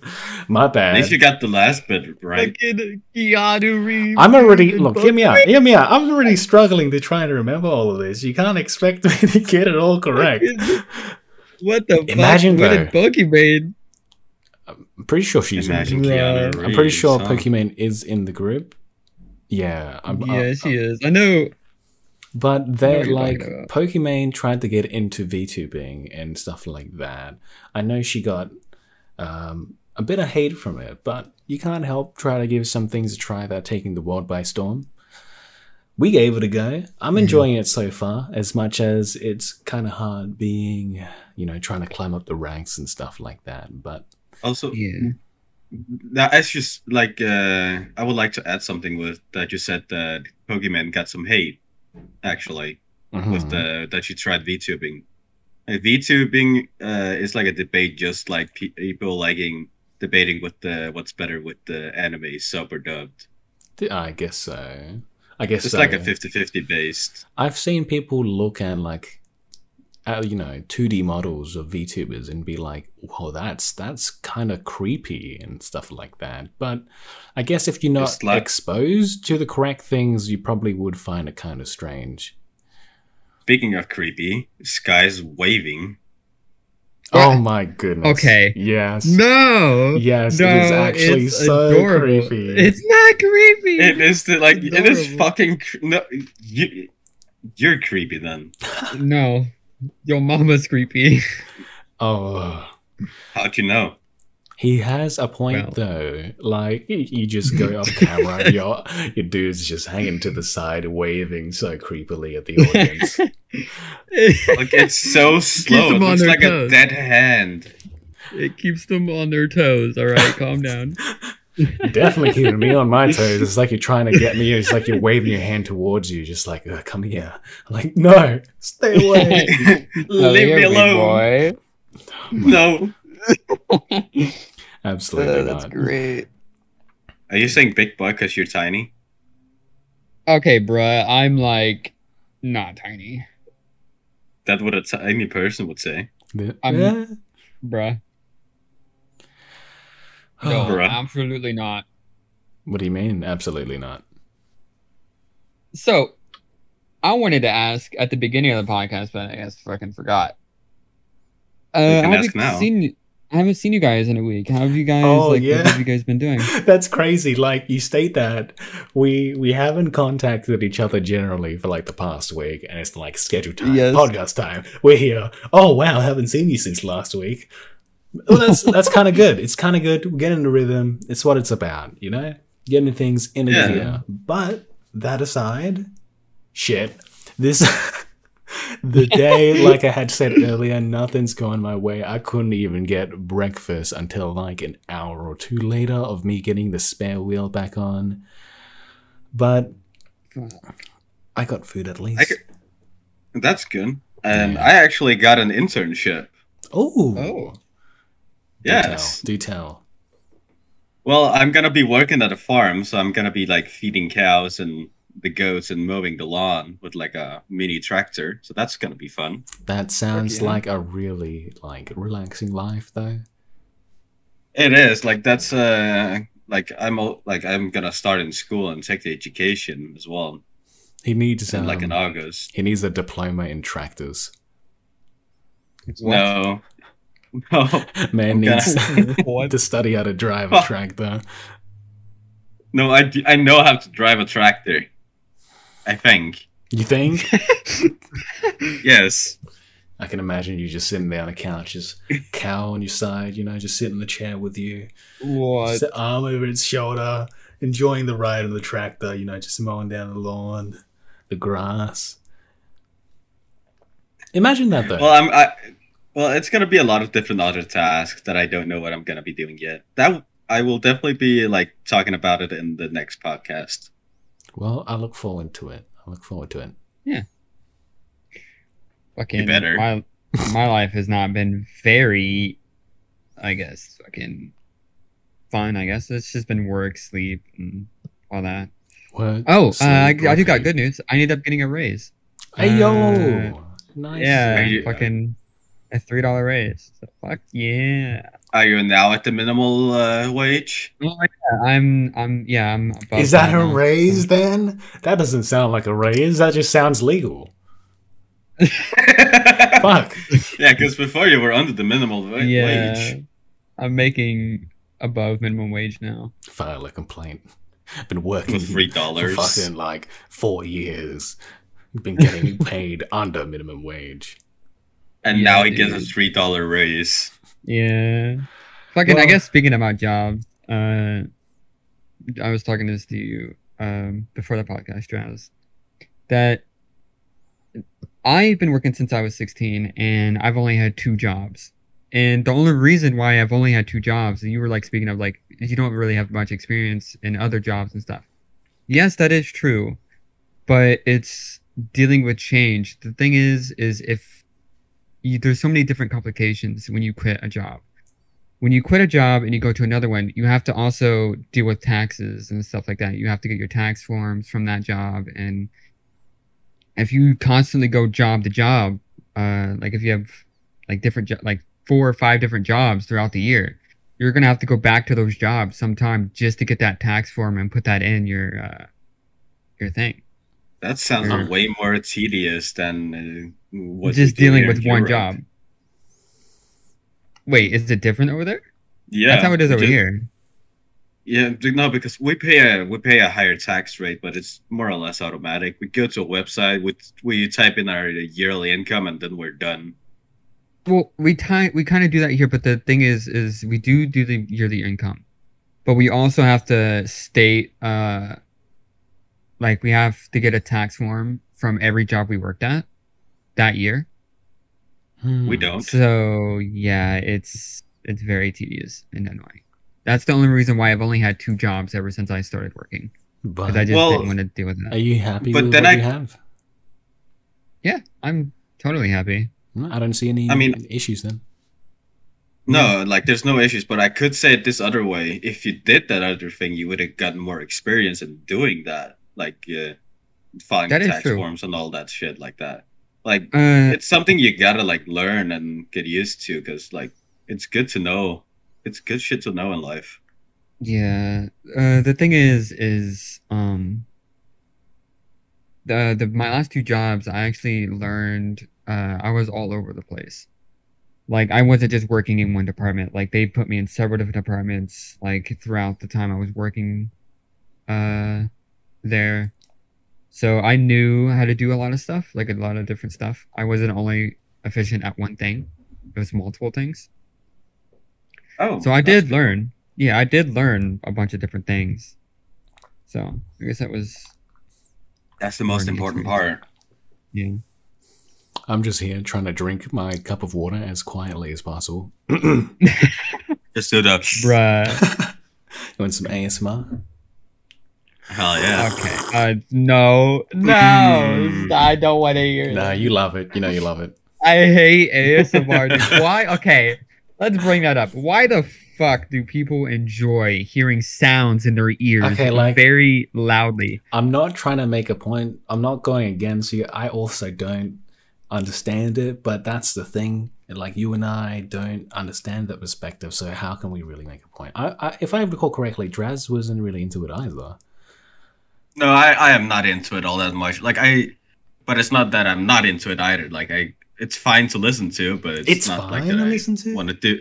[SPEAKER 2] My
[SPEAKER 3] at least you
[SPEAKER 2] bad.
[SPEAKER 3] got the last bit right.
[SPEAKER 1] Fucking Keanu Reeves.
[SPEAKER 2] I'm already look.
[SPEAKER 1] Fucking
[SPEAKER 2] Hear me out. Hear me out. I'm already struggling to try and remember all of this. You can't expect me to get it all
[SPEAKER 1] *laughs*
[SPEAKER 2] correct.
[SPEAKER 1] What the
[SPEAKER 2] Imagine,
[SPEAKER 1] fuck? What did Pokemon?
[SPEAKER 2] I'm pretty sure she's in
[SPEAKER 3] Imagine
[SPEAKER 1] Bruh.
[SPEAKER 3] Keanu
[SPEAKER 2] I'm pretty
[SPEAKER 3] Reeves,
[SPEAKER 2] sure
[SPEAKER 3] huh?
[SPEAKER 2] Pokimane is in the group. Yeah. I'm, uh,
[SPEAKER 1] Yeah, she is. I know.
[SPEAKER 2] But they
[SPEAKER 1] what you're
[SPEAKER 2] like
[SPEAKER 1] talking about.
[SPEAKER 2] Pokimane tried to get into VTubing and stuff like that. I know she got um, a bit of hate from it, but you can't help try to give some things a try without taking the world by storm. We gave it a go. I'm
[SPEAKER 1] Mhm.
[SPEAKER 2] enjoying it so far, as much as it's kind of hard being, you know, trying to climb up the ranks and stuff like that. But
[SPEAKER 3] Also,
[SPEAKER 1] Yeah.
[SPEAKER 3] now as just like uh, I would like to add something with that you said that Pokemon got some hate actually
[SPEAKER 1] Mm-hmm.
[SPEAKER 2] Hmm.
[SPEAKER 3] with the that you tried VTubing. Uh, VTubing uh, is like a debate, just like pe- people liking debating with the what's better with the anime sub or dubbed.
[SPEAKER 2] I guess so. I guess
[SPEAKER 3] It's
[SPEAKER 2] so.
[SPEAKER 3] like a 50-50 based.
[SPEAKER 2] I've seen people look at like uh, you know 2D models of VTubers and be like, "Whoa, that's that's kind of creepy and stuff like that." But I guess if you're not
[SPEAKER 3] Just like-
[SPEAKER 2] exposed to the correct things, you probably would find it kind of strange.
[SPEAKER 3] Speaking of creepy, Sky's
[SPEAKER 1] *laughs*
[SPEAKER 3] waving.
[SPEAKER 1] Yeah.
[SPEAKER 2] Oh my goodness.
[SPEAKER 1] Okay.
[SPEAKER 2] Yes.
[SPEAKER 1] No.
[SPEAKER 2] Yes,
[SPEAKER 1] no,
[SPEAKER 2] it is actually
[SPEAKER 1] it's
[SPEAKER 2] so
[SPEAKER 1] adorable.
[SPEAKER 2] creepy.
[SPEAKER 1] It's not creepy.
[SPEAKER 3] It is the, like it is
[SPEAKER 1] Adorable.
[SPEAKER 3] fucking cr- no. You, you're creepy then.
[SPEAKER 1] No. Your mama's creepy. *laughs*
[SPEAKER 2] oh.
[SPEAKER 3] How'd you know?
[SPEAKER 2] He has a point though. Like y- you just go off camera, your your dude's just hanging to the side, waving so creepily at the audience.
[SPEAKER 3] Like it's
[SPEAKER 1] *laughs*
[SPEAKER 3] so slow. It
[SPEAKER 1] them on
[SPEAKER 3] looks
[SPEAKER 1] their
[SPEAKER 3] like
[SPEAKER 1] toes.
[SPEAKER 3] a dead hand. *laughs*
[SPEAKER 1] It keeps them on their toes. All right, calm down.
[SPEAKER 2] Definitely keeping me on my toes. It's like you're trying to get me. It's like you're waving your hand towards you, just like "Ugh, come here. I'm like no, stay away.
[SPEAKER 3] *laughs* Leave me alone. No.
[SPEAKER 2] Absolutely
[SPEAKER 4] that's
[SPEAKER 2] not.
[SPEAKER 4] great.
[SPEAKER 3] Are you saying big boy because you're tiny?
[SPEAKER 1] Okay, bruh. I'm like not tiny,
[SPEAKER 3] That what a tiny person would say.
[SPEAKER 2] The-
[SPEAKER 1] I'm-
[SPEAKER 2] Yeah.
[SPEAKER 1] bruh. No,
[SPEAKER 3] *gasps* Bruh.
[SPEAKER 1] absolutely not.
[SPEAKER 2] *gasps* What do you mean? Absolutely not.
[SPEAKER 1] So, I wanted to ask at the beginning of the podcast, but I guess fucking forgot. Uh,
[SPEAKER 3] can
[SPEAKER 1] I haven't
[SPEAKER 3] ask now.
[SPEAKER 1] Seen, I haven't seen you guys in a week. How have you guys?
[SPEAKER 2] Oh,
[SPEAKER 1] like,
[SPEAKER 2] yeah.
[SPEAKER 1] What have you guys been doing?
[SPEAKER 2] *laughs* That's crazy. Like you state that we we haven't contacted each other generally for like the past week, and it's like scheduled time,
[SPEAKER 4] Yes.
[SPEAKER 2] podcast time. We're here. Oh wow, I haven't seen you since last week. Well, that's that's kind of good. It's kind of good. We're getting the rhythm. It's what it's about, you know, getting things in
[SPEAKER 3] Yeah.
[SPEAKER 2] yeah. gear. But that aside, shit, this.
[SPEAKER 3] *laughs*
[SPEAKER 2] The day, like I had said earlier, nothing's going my way. I couldn't even get breakfast until like an hour or two later of me getting the spare wheel back on. But I got food at least.
[SPEAKER 3] Hmm. I could- That's good. And I actually got an internship.
[SPEAKER 2] Oh,
[SPEAKER 1] Oh.
[SPEAKER 3] Yes.
[SPEAKER 2] Do tell.
[SPEAKER 3] Well, I'm gonna be working at a farm, so I'm gonna be like feeding cows and the goats and mowing the lawn with like a mini tractor. So that's gonna be fun.
[SPEAKER 2] That sounds
[SPEAKER 1] yeah.
[SPEAKER 2] like a really like relaxing life, though.
[SPEAKER 3] It is like that's uh like I'm al- like I'm gonna start in school and take the education as well,
[SPEAKER 2] He needs
[SPEAKER 3] in, like in
[SPEAKER 2] um,
[SPEAKER 3] August.
[SPEAKER 2] He needs a diploma in tractors. *laughs*
[SPEAKER 3] *laughs* No, *laughs* no,
[SPEAKER 2] Man
[SPEAKER 3] Okay. *laughs*
[SPEAKER 2] needs *laughs*
[SPEAKER 1] What?
[SPEAKER 2] to study how to drive a tractor.
[SPEAKER 3] no. I d- I know how to drive a tractor. I think
[SPEAKER 2] You
[SPEAKER 3] *laughs*
[SPEAKER 2] think?
[SPEAKER 3] yes.
[SPEAKER 2] I can imagine you just sitting there on the couch, just cow on your side, you know, just sitting in the chair with you,
[SPEAKER 1] What?
[SPEAKER 2] just the arm over its shoulder, enjoying the ride of the tractor, you know, just mowing down the lawn, the grass. Imagine that though.
[SPEAKER 3] Well, I'm I. Well, it's gonna be a lot of different other tasks that I don't know what I'm gonna be doing yet. That w- I will definitely be like talking about it in the next podcast.
[SPEAKER 2] Well, I look forward to it. I look forward to it.
[SPEAKER 1] fucking
[SPEAKER 3] better.
[SPEAKER 1] My, my life has not been very, I guess, fucking fun. I guess it's just been work, sleep, and all that.
[SPEAKER 2] Work,
[SPEAKER 1] Oh, uh,
[SPEAKER 2] sleep,
[SPEAKER 1] I, I do got
[SPEAKER 2] repeat.
[SPEAKER 1] good news. I ended up getting a raise.
[SPEAKER 2] Hey yo,
[SPEAKER 1] Uh,
[SPEAKER 2] Mm. nice.
[SPEAKER 1] Yeah,
[SPEAKER 3] Are you-
[SPEAKER 1] fucking a three dollar raise. So fuck yeah.
[SPEAKER 3] Are you now at the minimal uh, wage?
[SPEAKER 1] Yeah, I'm. I'm. Yeah. I'm. Above
[SPEAKER 2] Is that a
[SPEAKER 1] now.
[SPEAKER 2] raise then? That doesn't sound like a raise. That just sounds
[SPEAKER 3] *laughs*
[SPEAKER 2] legal.
[SPEAKER 3] yeah,
[SPEAKER 2] Fuck.
[SPEAKER 3] because before you were under the minimal wa-
[SPEAKER 1] Yeah.
[SPEAKER 3] wage.
[SPEAKER 1] I'm making above minimum wage now.
[SPEAKER 2] File a complaint. I've been working
[SPEAKER 3] For three
[SPEAKER 2] for
[SPEAKER 3] dollars.
[SPEAKER 2] fucking like four years. Been getting paid *laughs* under minimum wage.
[SPEAKER 3] And
[SPEAKER 1] Yeah,
[SPEAKER 3] now he gets a
[SPEAKER 1] dude.
[SPEAKER 3] three dollar raise.
[SPEAKER 1] Yeah. Fucking, I
[SPEAKER 2] Well-
[SPEAKER 1] guess speaking about jobs, uh, I was talking this to you um, before the podcast, Travis, that I've been working since I was 16 and I've only had two jobs. And the only reason why I've only had two jobs, and you were like speaking of like, you don't really have much experience in other jobs and stuff. Yes, that is true, but it's dealing with change. The thing is, is if you, there's so many different complications when you quit a job. When you quit a job and you go to another one, you have to also deal with taxes and stuff like that. You have to get your tax forms from that job, and if you constantly go job to job, uh like if you have like different jo- like four or five different jobs throughout the year you're gonna have to go back to those jobs sometime just to get that tax form and put that in your uh your thing
[SPEAKER 3] That sounds
[SPEAKER 1] Yeah.
[SPEAKER 3] way more tedious than uh, what
[SPEAKER 1] Mm. just
[SPEAKER 3] we do
[SPEAKER 1] dealing
[SPEAKER 3] here in
[SPEAKER 1] with one job
[SPEAKER 3] Europe.
[SPEAKER 1] wait is it different over there
[SPEAKER 3] Yeah,
[SPEAKER 1] that's how it is over
[SPEAKER 3] ju-
[SPEAKER 1] here
[SPEAKER 3] Yeah, d- no, because we pay a we pay a higher tax rate, but it's more or less automatic. We go to a website, we we type in our yearly income, and then we're done.
[SPEAKER 1] well we ti- we kind of do that here but the thing is is we do do the yearly income but we also have to state uh like we have to get a tax form from every job we worked at that year
[SPEAKER 3] We
[SPEAKER 2] Hmm.
[SPEAKER 3] don't.
[SPEAKER 1] so yeah it's it's very tedious and annoying that's the only reason why i've only had two jobs ever since i started working because
[SPEAKER 2] But
[SPEAKER 1] i just
[SPEAKER 3] Well-
[SPEAKER 1] didn't want to deal with
[SPEAKER 2] are
[SPEAKER 1] that
[SPEAKER 2] you happy
[SPEAKER 3] But
[SPEAKER 2] with
[SPEAKER 3] then
[SPEAKER 2] what
[SPEAKER 3] I-
[SPEAKER 2] you have?
[SPEAKER 1] i'm totally happy
[SPEAKER 2] Hmm, I don't see any
[SPEAKER 3] I mean-
[SPEAKER 2] issues then.
[SPEAKER 3] No, like there's no issues, but I could say it this other way. If you did that other thing, you would have gotten more experience in doing that, like uh, filing
[SPEAKER 1] That is
[SPEAKER 3] tax
[SPEAKER 1] true.
[SPEAKER 3] forms and all that shit like that. Like
[SPEAKER 1] uh
[SPEAKER 3] it's something you gotta like learn and get used to, because like it's good to know. It's good shit to know in life.
[SPEAKER 1] Yeah. Uh, the thing is, is um, the the my last two jobs, I actually learned. Uh, I was all over the place. Like I wasn't just working in one department. Like they put me in several different departments. Like throughout the time I was working, uh, there. So I knew how to do a lot of stuff, like a lot of different stuff. I wasn't only efficient at one thing. It was multiple things.
[SPEAKER 3] Oh,
[SPEAKER 1] So I did learn. Yeah, I did learn a bunch of different things. So I guess that was
[SPEAKER 3] That's the most
[SPEAKER 1] learning
[SPEAKER 3] important
[SPEAKER 1] experience.
[SPEAKER 3] part.
[SPEAKER 1] yeah.
[SPEAKER 2] I'm just here trying to drink my cup of water as quietly as
[SPEAKER 3] *clears throat*
[SPEAKER 2] possible.
[SPEAKER 3] Just do that. *laughs*
[SPEAKER 1] Bruh.
[SPEAKER 2] You want some ASMR?
[SPEAKER 3] Hell yeah.
[SPEAKER 1] Okay. Uh, no, no,
[SPEAKER 3] Mm.
[SPEAKER 1] I don't want to hear.
[SPEAKER 2] Nah,
[SPEAKER 1] that.
[SPEAKER 2] you love it. You know you love it.
[SPEAKER 1] I hate ASMR. dude. Why? Okay, let's bring that up. Why the fuck do people enjoy hearing sounds in their ears
[SPEAKER 2] Okay, like-
[SPEAKER 1] very loudly?
[SPEAKER 2] I'm not trying to make a point. I'm not going against you. I also don't understand it, but that's the thing. Like you and I don't understand that perspective, so how can we really make a point? I, I if I recall correctly, Draz wasn't really into it either.
[SPEAKER 3] No, I, I am not into it all that much. Like I, but it's not that I'm not into it either. Like I, it's fine to listen to, but it's,
[SPEAKER 2] It's,
[SPEAKER 3] not
[SPEAKER 2] fine
[SPEAKER 3] like
[SPEAKER 2] to
[SPEAKER 3] that I
[SPEAKER 2] listen to.
[SPEAKER 3] want to do.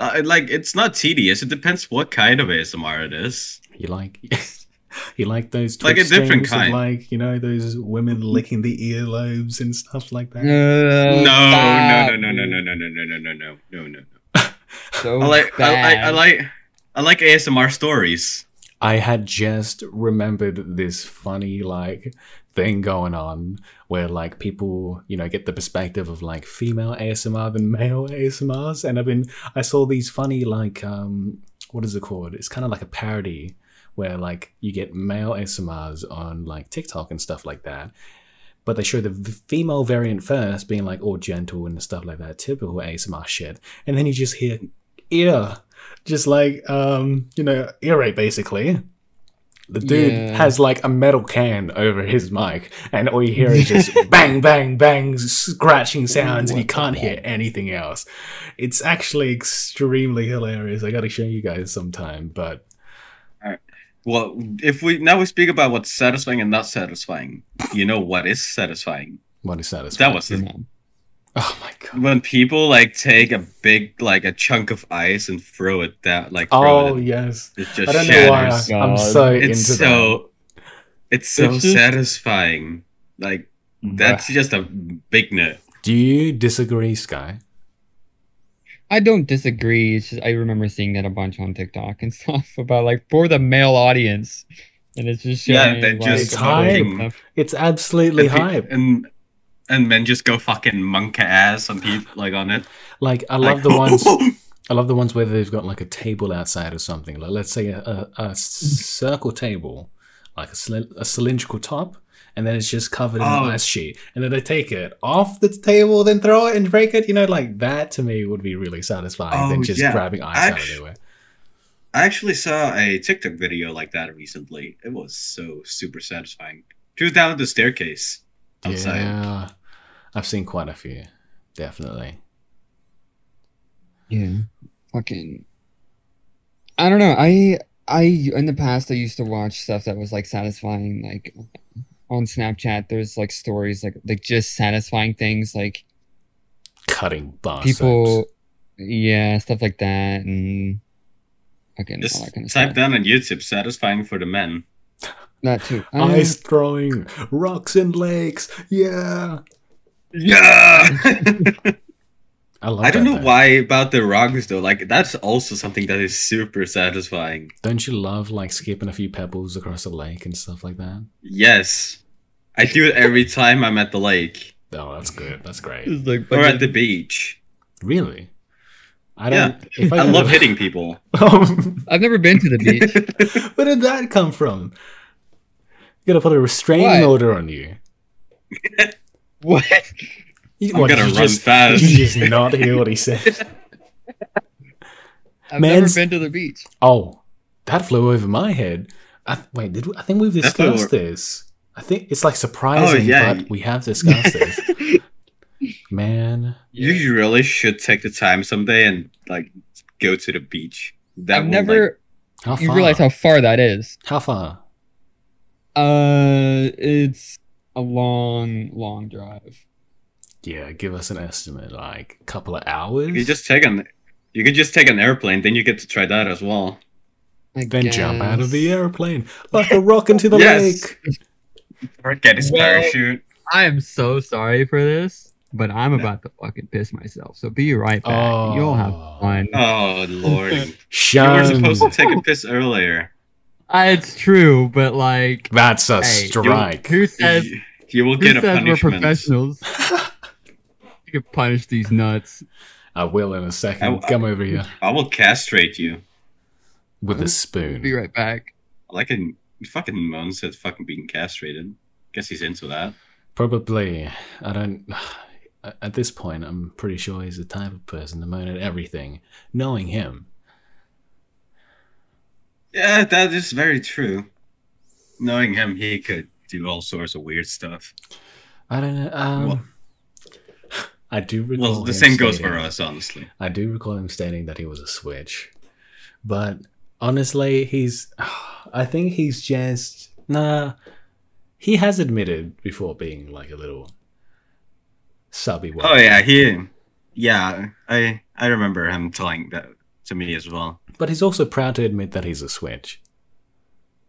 [SPEAKER 3] Uh, it- like it's not tedious. It depends what kind of ASMR it is.
[SPEAKER 2] You like *laughs* you like those
[SPEAKER 3] Like a
[SPEAKER 2] Twitch
[SPEAKER 3] different
[SPEAKER 2] streams of,
[SPEAKER 3] kind.
[SPEAKER 2] like you know those women licking the earlobes and stuff like that.
[SPEAKER 3] No,
[SPEAKER 1] No,
[SPEAKER 3] no, no, no, no, no, no, no, no, no, no, no, no.
[SPEAKER 1] So
[SPEAKER 3] I like, I, I, I
[SPEAKER 1] Oh, bad.
[SPEAKER 3] like, I like ASMR stories.
[SPEAKER 2] I had just remembered this funny like thing going on where like people you know get the perspective of like female ASMR than male ASMRs, and I've been I saw these funny like um what is it called? It's kind of like a parody where like you get male ASMRs on like TikTok and stuff like that. But they show the v- female variant first, being like all gentle and stuff like that, typical ASMR shit. And then you just hear ear, just like um, you know, ear rape basically. The dude
[SPEAKER 1] Yeah.
[SPEAKER 2] has like a metal can over his mic, and all you hear is just bang, bang, bang, scratching sounds, and you can't hear anything else. It's actually extremely hilarious. I got to show you guys sometime, but
[SPEAKER 3] Well, if we now we speak about what's satisfying and not satisfying, you know what is satisfying?
[SPEAKER 2] what is satisfying?
[SPEAKER 3] That was
[SPEAKER 1] Your mom.
[SPEAKER 2] oh my god!
[SPEAKER 3] when people like take a big like a chunk of ice and throw it down like throw
[SPEAKER 2] Oh
[SPEAKER 3] it,
[SPEAKER 2] yes,
[SPEAKER 3] it
[SPEAKER 2] I
[SPEAKER 3] just
[SPEAKER 2] don't know why
[SPEAKER 3] shatters
[SPEAKER 1] shatters.
[SPEAKER 2] I, am so
[SPEAKER 3] it's
[SPEAKER 2] into
[SPEAKER 3] so it's so
[SPEAKER 1] It's just-
[SPEAKER 3] satisfying like
[SPEAKER 2] that.
[SPEAKER 3] that's just a big nut
[SPEAKER 2] Do you disagree, Sky?
[SPEAKER 1] I don't disagree. It's just I remember seeing that a bunch on TikTok and *laughs* stuff about like for the male audience, and it's just
[SPEAKER 3] Yeah,
[SPEAKER 1] showing,
[SPEAKER 3] they
[SPEAKER 1] like,
[SPEAKER 2] just
[SPEAKER 1] a bunch of
[SPEAKER 2] hype.
[SPEAKER 1] stuff.
[SPEAKER 2] It's absolutely
[SPEAKER 3] and, pe-
[SPEAKER 2] hype.
[SPEAKER 3] and and men just go fucking monka ass on people like on it
[SPEAKER 2] Like I love
[SPEAKER 3] Like,
[SPEAKER 2] the
[SPEAKER 3] *laughs*
[SPEAKER 2] ones. I love the ones where they've got like a table outside or something. Like let's say a, a, a s- circle table, like a, cyl- a cylindrical top, and then it's just covered in
[SPEAKER 3] Oh.
[SPEAKER 2] an ice sheet. And then they take it off the table, then throw it and break it. You know, like that to me would be really satisfying than
[SPEAKER 3] Oh,
[SPEAKER 2] just
[SPEAKER 3] yeah.
[SPEAKER 2] grabbing ice out of
[SPEAKER 3] Actu-
[SPEAKER 2] nowhere.
[SPEAKER 3] i actually saw a tiktok video like that recently it was so super satisfying she was down the staircase outside
[SPEAKER 2] Yeah. I've seen quite a few, definitely.
[SPEAKER 1] Yeah. Fucking. I don't know. I I in the past I used to watch stuff that was like satisfying. Like on Snapchat, there's like stories like like just satisfying things like
[SPEAKER 2] Cutting biceps.
[SPEAKER 1] people. Yeah, stuff like that and. Fucking all that
[SPEAKER 3] Just
[SPEAKER 1] kind of
[SPEAKER 3] type
[SPEAKER 1] stuff.
[SPEAKER 3] down on YouTube, satisfying for the men.
[SPEAKER 1] That too. I don't know.
[SPEAKER 2] Ice throwing, rocks and lakes. Yeah. *laughs*
[SPEAKER 3] Yeah. *laughs*
[SPEAKER 2] I love
[SPEAKER 3] I don't
[SPEAKER 2] that,
[SPEAKER 3] know
[SPEAKER 2] though.
[SPEAKER 3] why about the rocks though. Like that's also something that is super satisfying.
[SPEAKER 2] Don't you love like skipping a few pebbles across a lake and stuff like that?
[SPEAKER 3] Yes, I do it every time I'm at the lake
[SPEAKER 2] Oh, that's good. That's great.
[SPEAKER 1] It's like
[SPEAKER 3] or at
[SPEAKER 1] fucking-
[SPEAKER 3] the beach.
[SPEAKER 2] Really? I
[SPEAKER 3] Yeah.
[SPEAKER 2] don't. If
[SPEAKER 3] I
[SPEAKER 2] could- *laughs*
[SPEAKER 3] love hitting people.
[SPEAKER 1] I've never been to the beach.
[SPEAKER 3] *laughs*
[SPEAKER 2] Where did that come from? You gotta put a restraining
[SPEAKER 1] What?
[SPEAKER 2] order on you.
[SPEAKER 1] what?
[SPEAKER 2] You-
[SPEAKER 3] I'm
[SPEAKER 2] what,
[SPEAKER 3] gonna
[SPEAKER 2] did
[SPEAKER 3] run
[SPEAKER 2] you just,
[SPEAKER 3] fast.
[SPEAKER 2] did *laughs* you just not hear what he
[SPEAKER 3] *laughs*
[SPEAKER 2] said.
[SPEAKER 1] I've
[SPEAKER 2] Man's-
[SPEAKER 1] never been to the beach.
[SPEAKER 2] Oh, that flew over my head. I, wait, did we, I think we've
[SPEAKER 3] That flew
[SPEAKER 2] discussed
[SPEAKER 3] over-
[SPEAKER 2] this? I think it's like surprising,
[SPEAKER 3] Oh, yeah.
[SPEAKER 2] but we have discussed this.
[SPEAKER 3] *laughs*
[SPEAKER 2] Man,
[SPEAKER 3] You really should take the time someday and like go to the beach. That
[SPEAKER 1] I've
[SPEAKER 3] will, like-
[SPEAKER 1] never.
[SPEAKER 2] how far?
[SPEAKER 1] you realize how far that is.
[SPEAKER 2] How far?
[SPEAKER 1] Uh, it's a long, long drive.
[SPEAKER 2] Yeah, give us an estimate, like a couple of hours.
[SPEAKER 3] you could just take an you could just take an airplane. Then you get to try that as well.
[SPEAKER 1] I
[SPEAKER 2] then jump out of the
[SPEAKER 1] guess.
[SPEAKER 2] airplane like a rock into the
[SPEAKER 3] Yes.
[SPEAKER 2] lake.
[SPEAKER 3] Or get his
[SPEAKER 1] Well-
[SPEAKER 3] parachute.
[SPEAKER 1] I am so sorry for this, but I'm about to fucking piss myself. So be right back. You'll have
[SPEAKER 2] Oh.
[SPEAKER 1] fun.
[SPEAKER 3] Oh
[SPEAKER 2] *laughs*
[SPEAKER 3] lord, you were
[SPEAKER 2] Shunned.
[SPEAKER 3] supposed to take a piss earlier.
[SPEAKER 1] Uh, it's true, but like,
[SPEAKER 2] That's a
[SPEAKER 1] Hey, you-
[SPEAKER 2] strike.
[SPEAKER 1] who says
[SPEAKER 3] You, you will
[SPEAKER 1] who
[SPEAKER 3] get a
[SPEAKER 1] says we're
[SPEAKER 3] punishment.
[SPEAKER 2] *laughs*
[SPEAKER 1] professionals? You can punish these nuts.
[SPEAKER 2] I will in a second.
[SPEAKER 3] I-
[SPEAKER 2] Come over here
[SPEAKER 3] I will castrate you.
[SPEAKER 2] with a spoon.
[SPEAKER 1] Be right back.
[SPEAKER 3] Like in fucking Moans at fucking being castrated. Guess he's into that.
[SPEAKER 2] Probably. I don't. *sighs* At this point, I'm pretty sure he's the type of person to moan at everything. Knowing him,
[SPEAKER 3] Yeah, that is very true. Knowing him, he could do all sorts of weird stuff.
[SPEAKER 2] I don't know. Um,
[SPEAKER 3] Well-
[SPEAKER 2] I do recall.
[SPEAKER 3] Well, the
[SPEAKER 2] him
[SPEAKER 3] same goes
[SPEAKER 2] stating-
[SPEAKER 3] for us, honestly.
[SPEAKER 2] I do recall him stating that he was a switch, but honestly, he's. *sighs* I think he's just nah. He has admitted before being like a little subby.
[SPEAKER 3] Oh yeah, he. Yeah, I I remember him telling that to me as well.
[SPEAKER 2] but he's also proud to admit that he's a switch.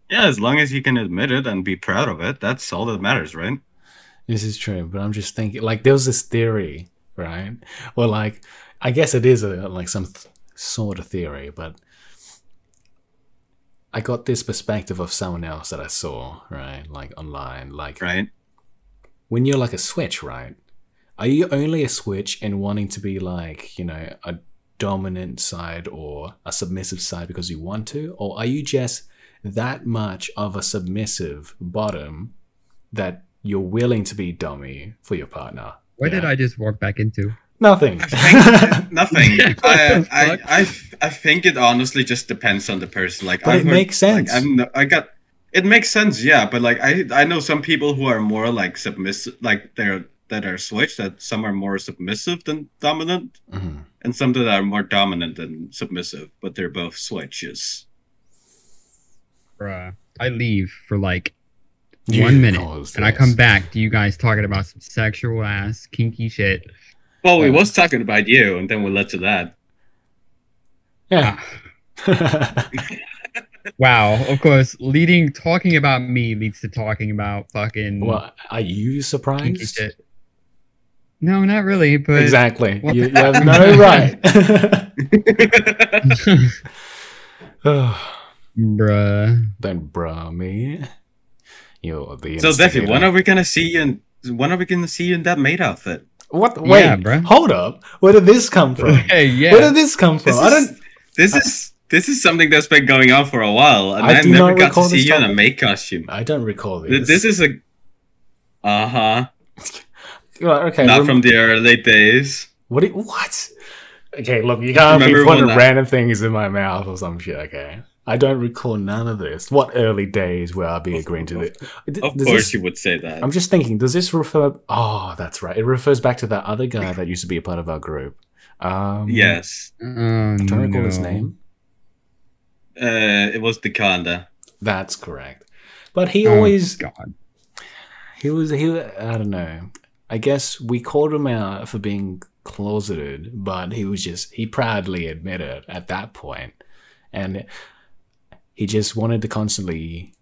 [SPEAKER 3] Yeah, as long as you can admit it and be proud of it, that's all that matters, right?
[SPEAKER 2] This is true, but I'm just thinking like there was this theory, right? Or like I guess it is a like some th- sort of theory, but I got this perspective of someone else that I saw, right? Like online,
[SPEAKER 1] *laughs*
[SPEAKER 2] like
[SPEAKER 3] Right?
[SPEAKER 2] when you're like a switch, right? Are you only a switch in wanting to be like, you know, a dominant side or a submissive side because you want to? Or are you just that much of a submissive bottom that you're willing to be dummy for your partner?
[SPEAKER 1] Where did
[SPEAKER 2] Yeah.
[SPEAKER 1] I just walk back into?
[SPEAKER 2] Nothing.
[SPEAKER 1] *laughs*
[SPEAKER 3] Nothing.
[SPEAKER 1] Yeah, *laughs* what
[SPEAKER 3] I,
[SPEAKER 1] the
[SPEAKER 3] I,
[SPEAKER 1] fuck?
[SPEAKER 3] I, I think it honestly just depends on the person.
[SPEAKER 2] *laughs*
[SPEAKER 3] Like,
[SPEAKER 2] But
[SPEAKER 3] I've
[SPEAKER 2] it
[SPEAKER 3] heard-
[SPEAKER 2] makes
[SPEAKER 3] like,
[SPEAKER 2] sense.
[SPEAKER 3] I'm no, I got it makes sense, yeah. But like, I I know some people who are more like submissive, like they're that are switched. That some are more submissive than dominant,
[SPEAKER 2] Mhm.
[SPEAKER 3] and some that are more dominant than submissive. But they're both switches.
[SPEAKER 1] Bruh. I leave for like One minute,
[SPEAKER 2] caused
[SPEAKER 1] And I
[SPEAKER 2] this.
[SPEAKER 1] come back to you guys talking about some sexual ass kinky
[SPEAKER 2] *laughs*
[SPEAKER 1] shit.
[SPEAKER 3] Well, we
[SPEAKER 2] Yeah.
[SPEAKER 3] was talking about you, and then we led
[SPEAKER 2] *laughs*
[SPEAKER 3] to that.
[SPEAKER 2] Yeah. *laughs*
[SPEAKER 1] Wow. Of course, leading talking about me leads to talking about fucking
[SPEAKER 2] well, are you
[SPEAKER 1] kinky
[SPEAKER 2] surprised?
[SPEAKER 1] shit. No, not really. But
[SPEAKER 2] Exactly.
[SPEAKER 1] What
[SPEAKER 2] You,
[SPEAKER 1] the-
[SPEAKER 2] you have no right.
[SPEAKER 1] *laughs*
[SPEAKER 2] *laughs* *sighs*
[SPEAKER 1] bruh,
[SPEAKER 2] Don't bra me. You're the
[SPEAKER 3] so, Steffi, when
[SPEAKER 2] instigator.
[SPEAKER 3] are we gonna see you? In, when are we gonna see you in that maid outfit?
[SPEAKER 2] What? the- Wait,
[SPEAKER 1] Yeah, bruh.
[SPEAKER 2] hold up. Where did this come
[SPEAKER 3] *laughs*
[SPEAKER 2] from?
[SPEAKER 1] hey, yeah.
[SPEAKER 2] Where did this come from?
[SPEAKER 3] This
[SPEAKER 2] I
[SPEAKER 3] is-
[SPEAKER 2] don't.
[SPEAKER 3] This is this is something that's been going on for a while, and
[SPEAKER 2] I
[SPEAKER 3] I,
[SPEAKER 2] do
[SPEAKER 3] never
[SPEAKER 2] not
[SPEAKER 3] got to
[SPEAKER 2] recall
[SPEAKER 3] see
[SPEAKER 2] this
[SPEAKER 3] you in a
[SPEAKER 2] topic.
[SPEAKER 3] maid costume.
[SPEAKER 2] I don't recall this.
[SPEAKER 3] Th- This is a uh huh,
[SPEAKER 2] Well, okay.
[SPEAKER 3] not
[SPEAKER 2] rem-
[SPEAKER 3] from the early days.
[SPEAKER 2] What? do you- what? Okay, look, you can't be
[SPEAKER 3] Remember
[SPEAKER 2] putting
[SPEAKER 3] when that-
[SPEAKER 2] random things in my mouth or some shit. Okay. I don't recall none of this. What early days were I be agreeing to this?
[SPEAKER 3] Of
[SPEAKER 2] Does
[SPEAKER 3] course,
[SPEAKER 2] this-
[SPEAKER 3] you would say that.
[SPEAKER 2] I'm just thinking, does this refer? Oh, that's right. It refers back to that other guy that used to be a part of our group. Um,
[SPEAKER 3] yes,
[SPEAKER 1] Oh,
[SPEAKER 2] I'm trying to
[SPEAKER 1] no.
[SPEAKER 2] recall
[SPEAKER 1] Oh,
[SPEAKER 2] his name.
[SPEAKER 3] uh, it was Dakanda.
[SPEAKER 2] That's correct. But he
[SPEAKER 1] Oh,
[SPEAKER 2] always
[SPEAKER 1] God. *laughs*
[SPEAKER 2] he was he. I don't know. I guess we called him out for being closeted, but he was just he proudly admitted at that point, and he just wanted to constantly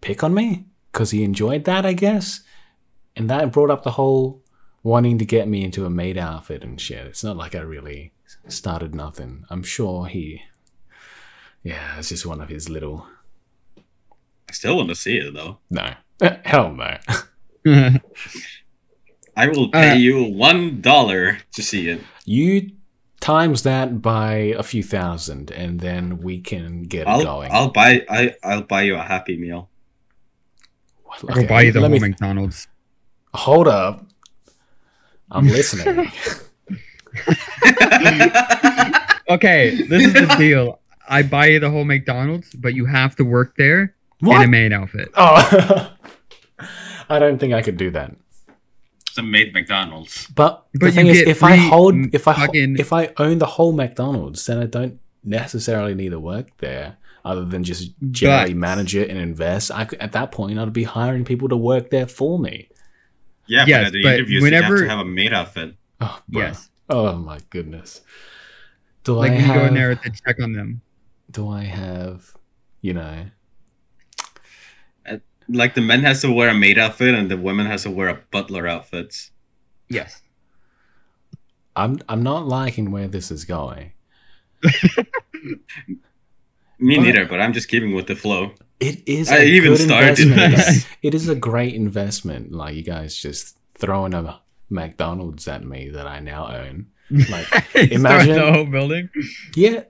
[SPEAKER 2] pick on me because he enjoyed that, I guess, and that brought up the whole wanting to get me into a maid outfit and shit. It's not like I really started nothing. I'm sure he, yeah, it's just one of his little
[SPEAKER 3] I still want to see it though.
[SPEAKER 2] no, Eh, hell no.
[SPEAKER 3] I will pay
[SPEAKER 1] Uh,
[SPEAKER 3] you one dollar to see it.
[SPEAKER 2] *laughs* You times that by a few thousand, and then we can get it
[SPEAKER 3] I'll
[SPEAKER 2] going.
[SPEAKER 3] I'll buy I I'll buy you a Happy Meal.
[SPEAKER 1] I'll
[SPEAKER 2] Okay,
[SPEAKER 1] buy you the
[SPEAKER 2] let
[SPEAKER 1] whole
[SPEAKER 2] me-
[SPEAKER 1] McDonald's.
[SPEAKER 2] Hold
[SPEAKER 1] *laughs*
[SPEAKER 2] up. I'm listening.
[SPEAKER 1] Okay, this is
[SPEAKER 2] *laughs*
[SPEAKER 1] the deal. I buy you the whole McDonald's, but you have to work there in a
[SPEAKER 2] what?
[SPEAKER 1] maid outfit.
[SPEAKER 2] Oh, *laughs* I don't think I could do that.
[SPEAKER 3] Some made McDonald's.
[SPEAKER 2] But, the
[SPEAKER 1] But
[SPEAKER 2] thing
[SPEAKER 1] you
[SPEAKER 2] is,
[SPEAKER 1] get
[SPEAKER 2] if I
[SPEAKER 1] free
[SPEAKER 2] hold, if I ho-
[SPEAKER 1] fucking-
[SPEAKER 2] if I own the whole McDonald's, then I don't necessarily need to work there, other than just generally
[SPEAKER 1] But-
[SPEAKER 2] manage it and invest. I could, at that point, I'd be hiring people to work there for me.
[SPEAKER 3] Yeah,
[SPEAKER 1] Yes,
[SPEAKER 3] but at the
[SPEAKER 1] but
[SPEAKER 3] interviews you have
[SPEAKER 1] whenever-
[SPEAKER 3] to have a maid outfit.
[SPEAKER 2] Oh, bruh.
[SPEAKER 1] Yes.
[SPEAKER 2] Oh my goodness. Do
[SPEAKER 1] Like
[SPEAKER 2] I
[SPEAKER 1] you
[SPEAKER 2] have?
[SPEAKER 1] go in there to check on them.
[SPEAKER 2] Do I have? You know.
[SPEAKER 3] Like the men has to wear a maid outfit and the women has to wear a butler outfits.
[SPEAKER 1] Yes.
[SPEAKER 2] I'm I'm not liking where this is going.
[SPEAKER 3] Me
[SPEAKER 2] What?
[SPEAKER 3] neither, but I'm just keeping with the flow.
[SPEAKER 2] It is
[SPEAKER 3] I
[SPEAKER 2] a
[SPEAKER 3] even
[SPEAKER 2] good
[SPEAKER 3] started
[SPEAKER 2] investment.
[SPEAKER 1] this.
[SPEAKER 2] though. *laughs* It is a great investment. Like you guys just throwing a McDonald's at me that I now
[SPEAKER 1] *laughs*
[SPEAKER 2] own. Like *laughs* Imagine-
[SPEAKER 1] Imagine the whole building.
[SPEAKER 2] yeah.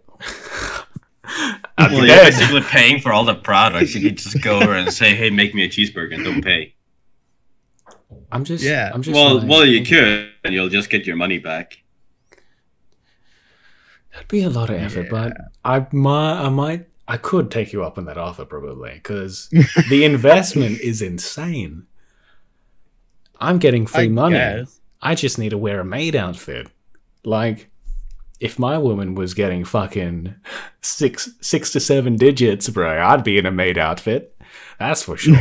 [SPEAKER 2] I'd be *laughs*
[SPEAKER 3] Well, you're
[SPEAKER 2] dead.
[SPEAKER 3] basically paying for all the products. You could just go over and say, "Hey, make me a cheeseburger," and don't pay.
[SPEAKER 2] I'm just
[SPEAKER 1] Yeah.
[SPEAKER 2] I'm just
[SPEAKER 3] Well,
[SPEAKER 2] like
[SPEAKER 3] well, you
[SPEAKER 2] thinking,
[SPEAKER 3] could, and you'll just get your money back.
[SPEAKER 2] That'd be a lot of effort, but I might I might I could take you up on that offer probably because
[SPEAKER 1] *laughs*
[SPEAKER 2] the investment is insane. I'm getting free
[SPEAKER 1] I
[SPEAKER 2] money.
[SPEAKER 1] guess.
[SPEAKER 2] I just need to wear a maid outfit. Like, if my woman was getting fucking six six to seven digits, bro, I'd be in a maid outfit. That's
[SPEAKER 1] *laughs*
[SPEAKER 2] for sure.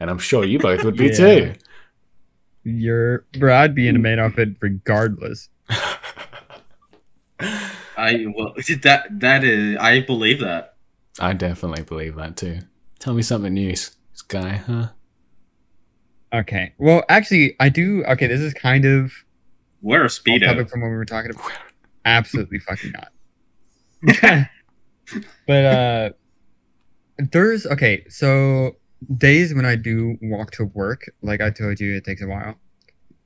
[SPEAKER 2] and I'm sure you both would be
[SPEAKER 1] Yeah.
[SPEAKER 2] too.
[SPEAKER 1] You're bro, I'd be in a maid outfit regardless.
[SPEAKER 3] I well, that that is, I believe that.
[SPEAKER 2] I definitely believe that too. Tell me something new, s- Sky, huh?
[SPEAKER 1] Okay. Well, actually, I do. Okay, this is kind of
[SPEAKER 3] Wear a
[SPEAKER 1] off topic
[SPEAKER 3] speedo.
[SPEAKER 1] from what we were talking about. Absolutely fucking not. but uh, there's okay. So days when I do walk to work, like I told you, it takes a while.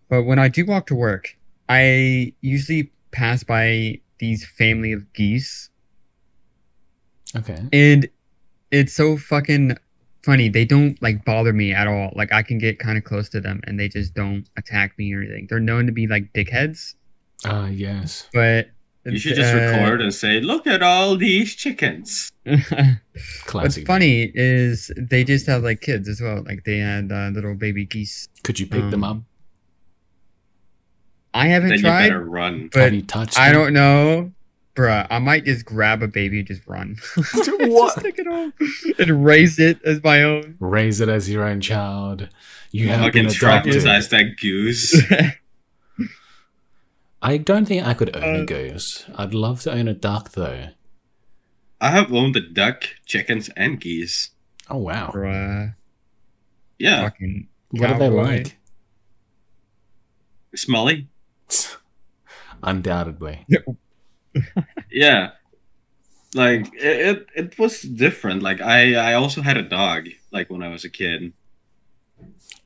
[SPEAKER 1] But when I do walk to work, I usually pass by these family of geese
[SPEAKER 2] Okay.
[SPEAKER 1] and it's so fucking funny they don't like bother me at all like i can get kind of close to them and they just don't attack me or anything they're known to be like dickheads
[SPEAKER 2] Ah, yes.
[SPEAKER 1] but
[SPEAKER 3] You should
[SPEAKER 2] uh,
[SPEAKER 3] just record and say, "Look at all these chickens."
[SPEAKER 1] record *laughs* what's
[SPEAKER 2] Classic.
[SPEAKER 1] funny is they just have like kids as well like they had uh, little baby geese
[SPEAKER 2] Could you pick them up?
[SPEAKER 1] Um, i haven't
[SPEAKER 3] Then you
[SPEAKER 1] tried
[SPEAKER 3] better run.
[SPEAKER 2] Have
[SPEAKER 1] but
[SPEAKER 2] you touched
[SPEAKER 1] i
[SPEAKER 2] them?
[SPEAKER 1] don't know bruh i might just grab a baby and just run *laughs*
[SPEAKER 2] *laughs* What?
[SPEAKER 1] just take it home *laughs* and raise it as my own
[SPEAKER 2] Raise it as your own child. You have been
[SPEAKER 3] Fucking
[SPEAKER 2] adopted.
[SPEAKER 1] Uh,
[SPEAKER 3] traumatize that
[SPEAKER 2] *laughs*
[SPEAKER 3] goose.
[SPEAKER 2] I don't think I could own a
[SPEAKER 1] Uh,
[SPEAKER 2] goose. I'd love to own a duck though.
[SPEAKER 3] I have owned a duck, chickens, and geese.
[SPEAKER 2] Oh wow.
[SPEAKER 1] bruh
[SPEAKER 3] Yeah,
[SPEAKER 1] fucking
[SPEAKER 2] What are they
[SPEAKER 1] Cowboy.
[SPEAKER 2] like? *laughs*
[SPEAKER 3] smelly.
[SPEAKER 2] Undoubtedly.
[SPEAKER 3] yeah like it, it it was different like i i also had a dog like when i was a kid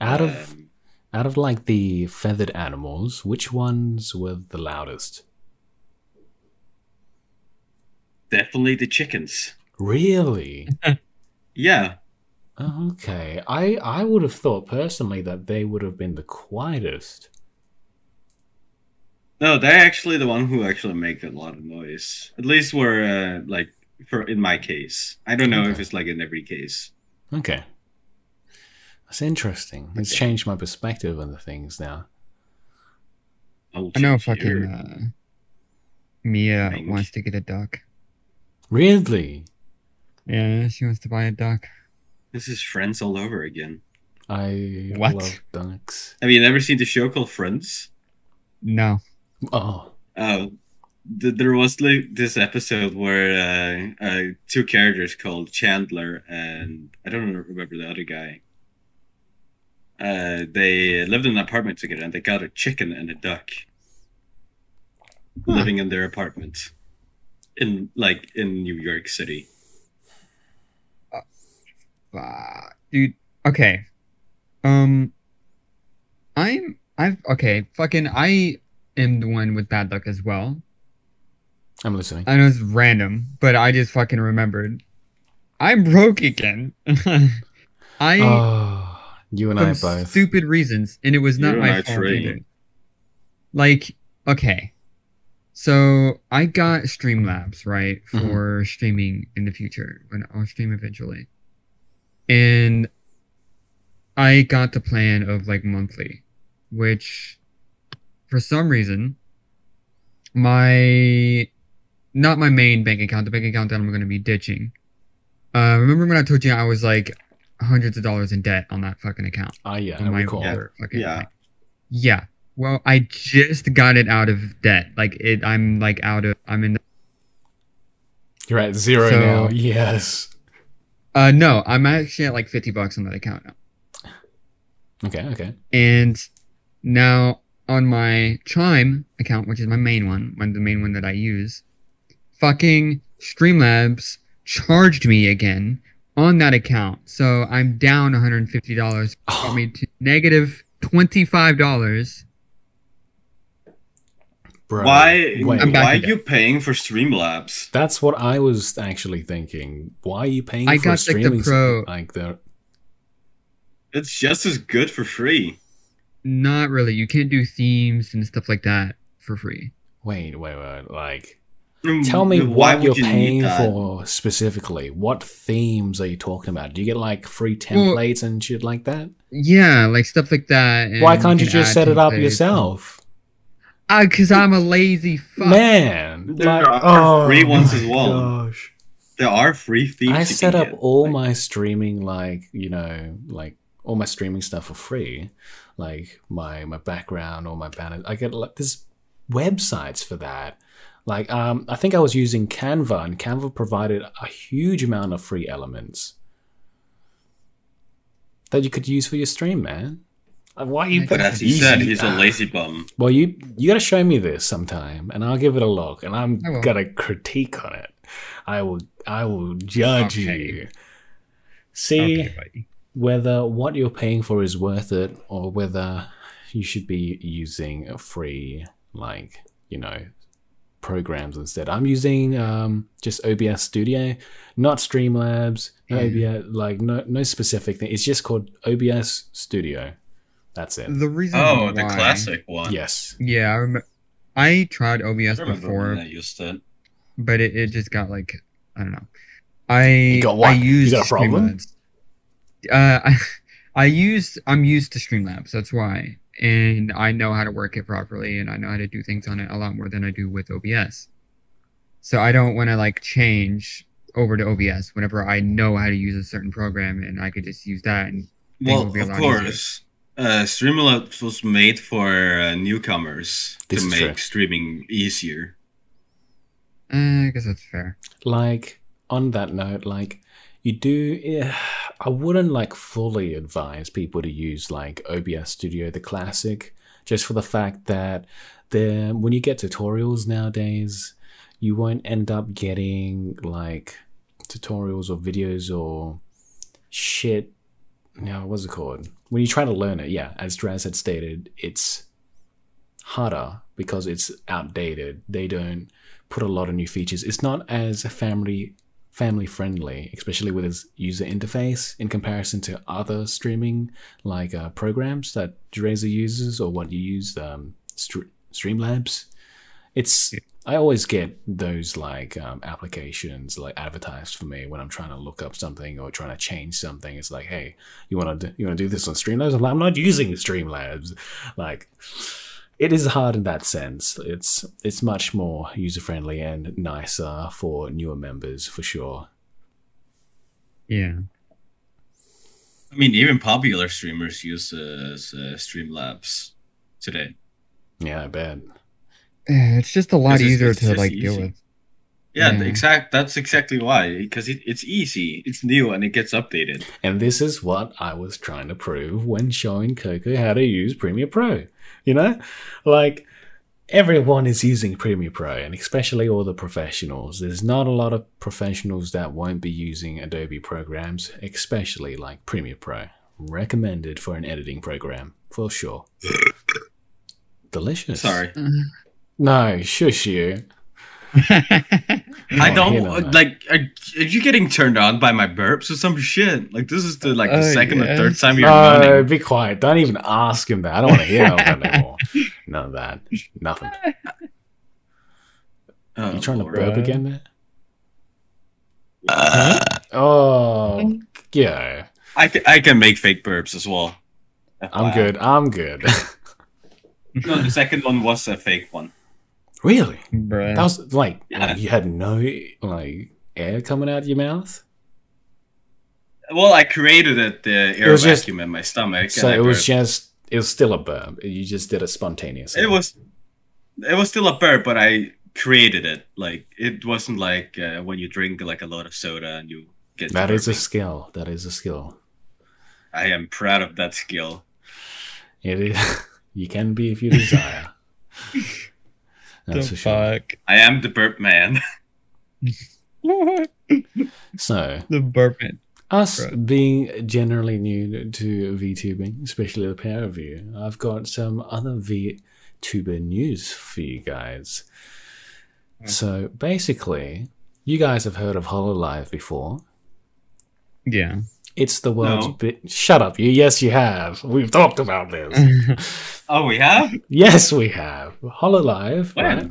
[SPEAKER 2] Out of
[SPEAKER 3] Um,
[SPEAKER 2] out of like the feathered animals, which ones were the loudest?
[SPEAKER 3] definitely the chickens
[SPEAKER 1] *laughs*
[SPEAKER 2] Really?
[SPEAKER 3] yeah
[SPEAKER 2] Oh, okay. I I would have thought personally that they would have been the quietest.
[SPEAKER 3] no they're actually the one who actually make a lot of noise at least were uh, like for in my case. I don't know if
[SPEAKER 2] Okay.
[SPEAKER 3] it's like in every case.
[SPEAKER 2] Okay. That's interesting. It's
[SPEAKER 1] Okay.
[SPEAKER 2] changed my perspective on the things now.
[SPEAKER 3] I'll
[SPEAKER 1] I know
[SPEAKER 3] check
[SPEAKER 1] fucking
[SPEAKER 3] here.
[SPEAKER 1] uh, Mia
[SPEAKER 3] Thank-
[SPEAKER 1] wants to get a duck.
[SPEAKER 2] Really?
[SPEAKER 1] Yeah, she wants to buy a duck.
[SPEAKER 3] This is Friends all over again.
[SPEAKER 2] I
[SPEAKER 1] What?
[SPEAKER 2] love ducks.
[SPEAKER 3] Have you never seen the show called Friends?
[SPEAKER 1] No.
[SPEAKER 2] Oh.
[SPEAKER 3] Oh, th- there was like this episode where uh, uh, two characters called Chandler and I don't remember the other guy. Uh, they lived in an apartment together and they got a chicken and a duck
[SPEAKER 2] Huh.
[SPEAKER 3] living in their apartment in like in New York City.
[SPEAKER 1] Uh, dude. Okay. Um. I'm. I've. Okay. Fucking. I am the one with bad luck as well.
[SPEAKER 2] I'm listening.
[SPEAKER 1] I know it's random, but I just fucking remembered. I'm broke again. *laughs* I
[SPEAKER 2] oh, you and I
[SPEAKER 1] for
[SPEAKER 2] both.
[SPEAKER 1] stupid reasons, and it was not
[SPEAKER 3] You're
[SPEAKER 1] my
[SPEAKER 3] not
[SPEAKER 1] fault
[SPEAKER 3] free.
[SPEAKER 1] either. Like, okay, so I got Streamlabs right for
[SPEAKER 2] Mhm.
[SPEAKER 1] streaming in the future when I'll stream eventually, and I got the plan of like monthly, which for some reason my not my main bank account, the bank account that I'm going to be ditching. Uh, remember when I told you I was like hundreds of dollars in debt on that fucking account?
[SPEAKER 2] Ah, yeah,
[SPEAKER 1] in
[SPEAKER 2] I
[SPEAKER 1] my
[SPEAKER 2] recall.
[SPEAKER 1] other fucking
[SPEAKER 3] Yeah.
[SPEAKER 1] thing. yeah. Well, I just got it out of debt. Like it, I'm like out of. I'm in. The,
[SPEAKER 2] You're at zero
[SPEAKER 1] So-
[SPEAKER 2] now. Yes.
[SPEAKER 1] uh, no, I'm actually at like fifty bucks on that account now.
[SPEAKER 2] Okay, okay.
[SPEAKER 1] And now on my Chime account, which is my main one, one the main one that I use, fucking Streamlabs charged me again on that account. So I'm down 150 dollars.
[SPEAKER 2] Oh,
[SPEAKER 1] Brought me to negative 25 dollars.
[SPEAKER 2] Bro,
[SPEAKER 3] Why?
[SPEAKER 2] wait.
[SPEAKER 1] I'm back
[SPEAKER 3] Why are
[SPEAKER 1] again.
[SPEAKER 3] you paying for Streamlabs?
[SPEAKER 2] That's what I was actually thinking. Why are you paying
[SPEAKER 1] I
[SPEAKER 2] for
[SPEAKER 1] got, like, the
[SPEAKER 2] streaming? s-
[SPEAKER 1] pro-
[SPEAKER 2] like the
[SPEAKER 3] It's just as good for free.
[SPEAKER 1] Not really. You can't do themes and stuff like that for free.
[SPEAKER 2] wait, wait, wait. Like, tell me
[SPEAKER 3] Why
[SPEAKER 2] what
[SPEAKER 3] would
[SPEAKER 2] you're
[SPEAKER 3] you need
[SPEAKER 2] paying
[SPEAKER 3] that?
[SPEAKER 2] for specifically. What themes are you talking about? Do you get like free
[SPEAKER 1] Well-
[SPEAKER 2] templates and shit like that?
[SPEAKER 1] Yeah, like stuff like that. and
[SPEAKER 2] Why can't you
[SPEAKER 1] can
[SPEAKER 2] just
[SPEAKER 1] add
[SPEAKER 2] set it up
[SPEAKER 1] templates.
[SPEAKER 2] yourself,
[SPEAKER 1] Ah, cause I'm a lazy fuck.
[SPEAKER 2] man?
[SPEAKER 3] There
[SPEAKER 2] like,
[SPEAKER 3] are
[SPEAKER 2] oh
[SPEAKER 3] free ones
[SPEAKER 2] my
[SPEAKER 3] as well.
[SPEAKER 2] Gosh.
[SPEAKER 3] There are free themes.
[SPEAKER 2] I
[SPEAKER 3] you
[SPEAKER 2] set
[SPEAKER 3] can
[SPEAKER 2] up
[SPEAKER 3] get.
[SPEAKER 2] all
[SPEAKER 3] Like,
[SPEAKER 2] my streaming like you know like all my streaming stuff for free, like my my background all my banner. I get like there's websites for that. Like um, I think I was using Canva, and Canva provided a huge amount of free elements that you could use for your stream, man. Like, Why are you?
[SPEAKER 3] But as he
[SPEAKER 2] Easy.
[SPEAKER 3] said, he's a lazy bum.
[SPEAKER 2] Well, you you gotta show me this sometime, and I'll give it a look, and I'm
[SPEAKER 1] I will.
[SPEAKER 2] gonna critique on it. I will I will judge
[SPEAKER 1] Okay.
[SPEAKER 2] you. See
[SPEAKER 1] Okay, buddy.
[SPEAKER 2] whether what you're paying for is worth it, or whether you should be using a free like you know programs instead. I'm using um, just OBS Studio, not Streamlabs, no
[SPEAKER 1] Yeah.
[SPEAKER 2] OBS like no no specific thing. It's just called OBS Studio. That's it.
[SPEAKER 1] The reason.
[SPEAKER 3] Oh, the
[SPEAKER 1] why-
[SPEAKER 3] classic one.
[SPEAKER 2] Yes.
[SPEAKER 1] Yeah, I remember. I tried OBS
[SPEAKER 3] I remember when I
[SPEAKER 1] before,
[SPEAKER 3] used it.
[SPEAKER 1] but it, it just got like I don't know. I
[SPEAKER 2] got what?
[SPEAKER 1] I
[SPEAKER 2] You
[SPEAKER 1] used
[SPEAKER 2] got a problem?
[SPEAKER 1] Streamlabs. Uh, *laughs* I, I used I'm used to Streamlabs. That's why, and I know how to work it properly, and I know how to do things on it a lot more than I do with OBS. So I don't want to like change over to OBS whenever I know how to use a certain program, and I could just use that. And
[SPEAKER 3] Well,
[SPEAKER 1] would be a
[SPEAKER 3] of
[SPEAKER 1] lot
[SPEAKER 3] course. Uh, Streamlabs was made for uh, newcomers
[SPEAKER 2] This
[SPEAKER 3] to
[SPEAKER 2] is
[SPEAKER 3] make
[SPEAKER 2] true.
[SPEAKER 3] streaming easier.
[SPEAKER 1] uh, I guess that's fair.
[SPEAKER 2] like on that note like you do yeah, i wouldn't like fully advise people to use like obs studio the classic just for the fact that the when you get tutorials nowadays you won't end up getting like tutorials or videos or shit no what's it called when you try to learn it yeah as Draz had stated it's harder because it's outdated they don't put a lot of new features. It's not as family family friendly, especially with its user interface in comparison to other streaming like uh, programs that Drazer uses or what you use um, Str- Streamlabs. It's
[SPEAKER 1] Yeah.
[SPEAKER 2] I always get those like um, applications like advertised for me when I'm trying to look up something or trying to change something. It's like, hey, you want to you want to do this on Streamlabs? I'm like, I'm not using Streamlabs. Like, it is hard in that sense. It's it's much more user friendly and nicer for newer members for sure.
[SPEAKER 1] Yeah.
[SPEAKER 3] I mean, even popular streamers use uh, s- uh, Streamlabs today.
[SPEAKER 2] Yeah, I bet.
[SPEAKER 1] Eh, It's just a lot
[SPEAKER 3] It's just-
[SPEAKER 1] easier
[SPEAKER 3] it's
[SPEAKER 1] to
[SPEAKER 3] just
[SPEAKER 1] like deal
[SPEAKER 2] *laughs*
[SPEAKER 3] easy.
[SPEAKER 1] with.
[SPEAKER 3] Yeah, th-
[SPEAKER 1] Yeah.
[SPEAKER 3] exact. That's exactly why, because it, it's easy, it's new, and it gets updated.
[SPEAKER 2] And this is what I was trying to prove when showing Coco how to use Premiere Pro. You know, like everyone is using Premiere Pro, and especially all the professionals. There's not a lot of professionals that won't be using Adobe programs, especially like Premiere Pro. Recommended for an editing program for sure. Delicious.
[SPEAKER 3] Sorry,
[SPEAKER 2] No, shush you.
[SPEAKER 3] I
[SPEAKER 2] Oh,
[SPEAKER 3] don't
[SPEAKER 2] you know that.
[SPEAKER 3] like. Are, are you getting turned on by my burps or some shit? Like this is the like the
[SPEAKER 1] Oh,
[SPEAKER 3] second
[SPEAKER 1] yeah.
[SPEAKER 3] or third time you're
[SPEAKER 2] No,
[SPEAKER 3] running.
[SPEAKER 2] Uh, be quiet. Don't even ask him that. I don't want to hear all that anymore. *laughs* None of that. *laughs* Nothing.
[SPEAKER 3] Oh,
[SPEAKER 2] you trying to
[SPEAKER 3] Lord.
[SPEAKER 2] burp
[SPEAKER 1] Bruh.
[SPEAKER 2] again there? Uh, Oh, yeah.
[SPEAKER 3] Uh, I can, I can make fake burps as well.
[SPEAKER 2] I'm
[SPEAKER 3] Wow.
[SPEAKER 2] good. I'm good.
[SPEAKER 3] *laughs* No, the second one was a fake one.
[SPEAKER 2] *laughs* really?
[SPEAKER 1] Bruh.
[SPEAKER 2] That was like,
[SPEAKER 3] Yeah.
[SPEAKER 2] like, you had no like air coming out of your mouth.
[SPEAKER 3] Well, I created it, the air
[SPEAKER 2] It was just-
[SPEAKER 3] vacuum in my stomach.
[SPEAKER 2] so
[SPEAKER 3] and I
[SPEAKER 2] it was
[SPEAKER 3] burped.
[SPEAKER 2] just it was still a burp. You just did it spontaneously.
[SPEAKER 3] it was it was still a burp, but I created it. Like it wasn't like uh, when you drink like a lot of soda and you get.
[SPEAKER 2] That
[SPEAKER 3] burping.
[SPEAKER 2] is a skill. That is a skill.
[SPEAKER 3] I am proud of that skill.
[SPEAKER 2] It is. *laughs* you can be if you desire. *laughs* That's for
[SPEAKER 1] the
[SPEAKER 2] sure.
[SPEAKER 1] fuck.
[SPEAKER 3] I am the burp man. *laughs*
[SPEAKER 2] So
[SPEAKER 1] the Burpman.
[SPEAKER 2] Us
[SPEAKER 1] Right.
[SPEAKER 2] being generally new to VTubing, especially the pair of you, I've got some other VTuber news for you guys.
[SPEAKER 1] Hmm.
[SPEAKER 2] So basically, you guys have heard of HoloLive before. *laughs*
[SPEAKER 1] Yeah.
[SPEAKER 2] It's the world's
[SPEAKER 3] No.
[SPEAKER 2] bit. Shut up, you. Yes, you have. We've talked
[SPEAKER 1] *laughs*
[SPEAKER 2] about this.
[SPEAKER 1] Mm-hmm.
[SPEAKER 3] Oh, we have.
[SPEAKER 2] yes, we have. HoloLive.
[SPEAKER 3] When?
[SPEAKER 2] right?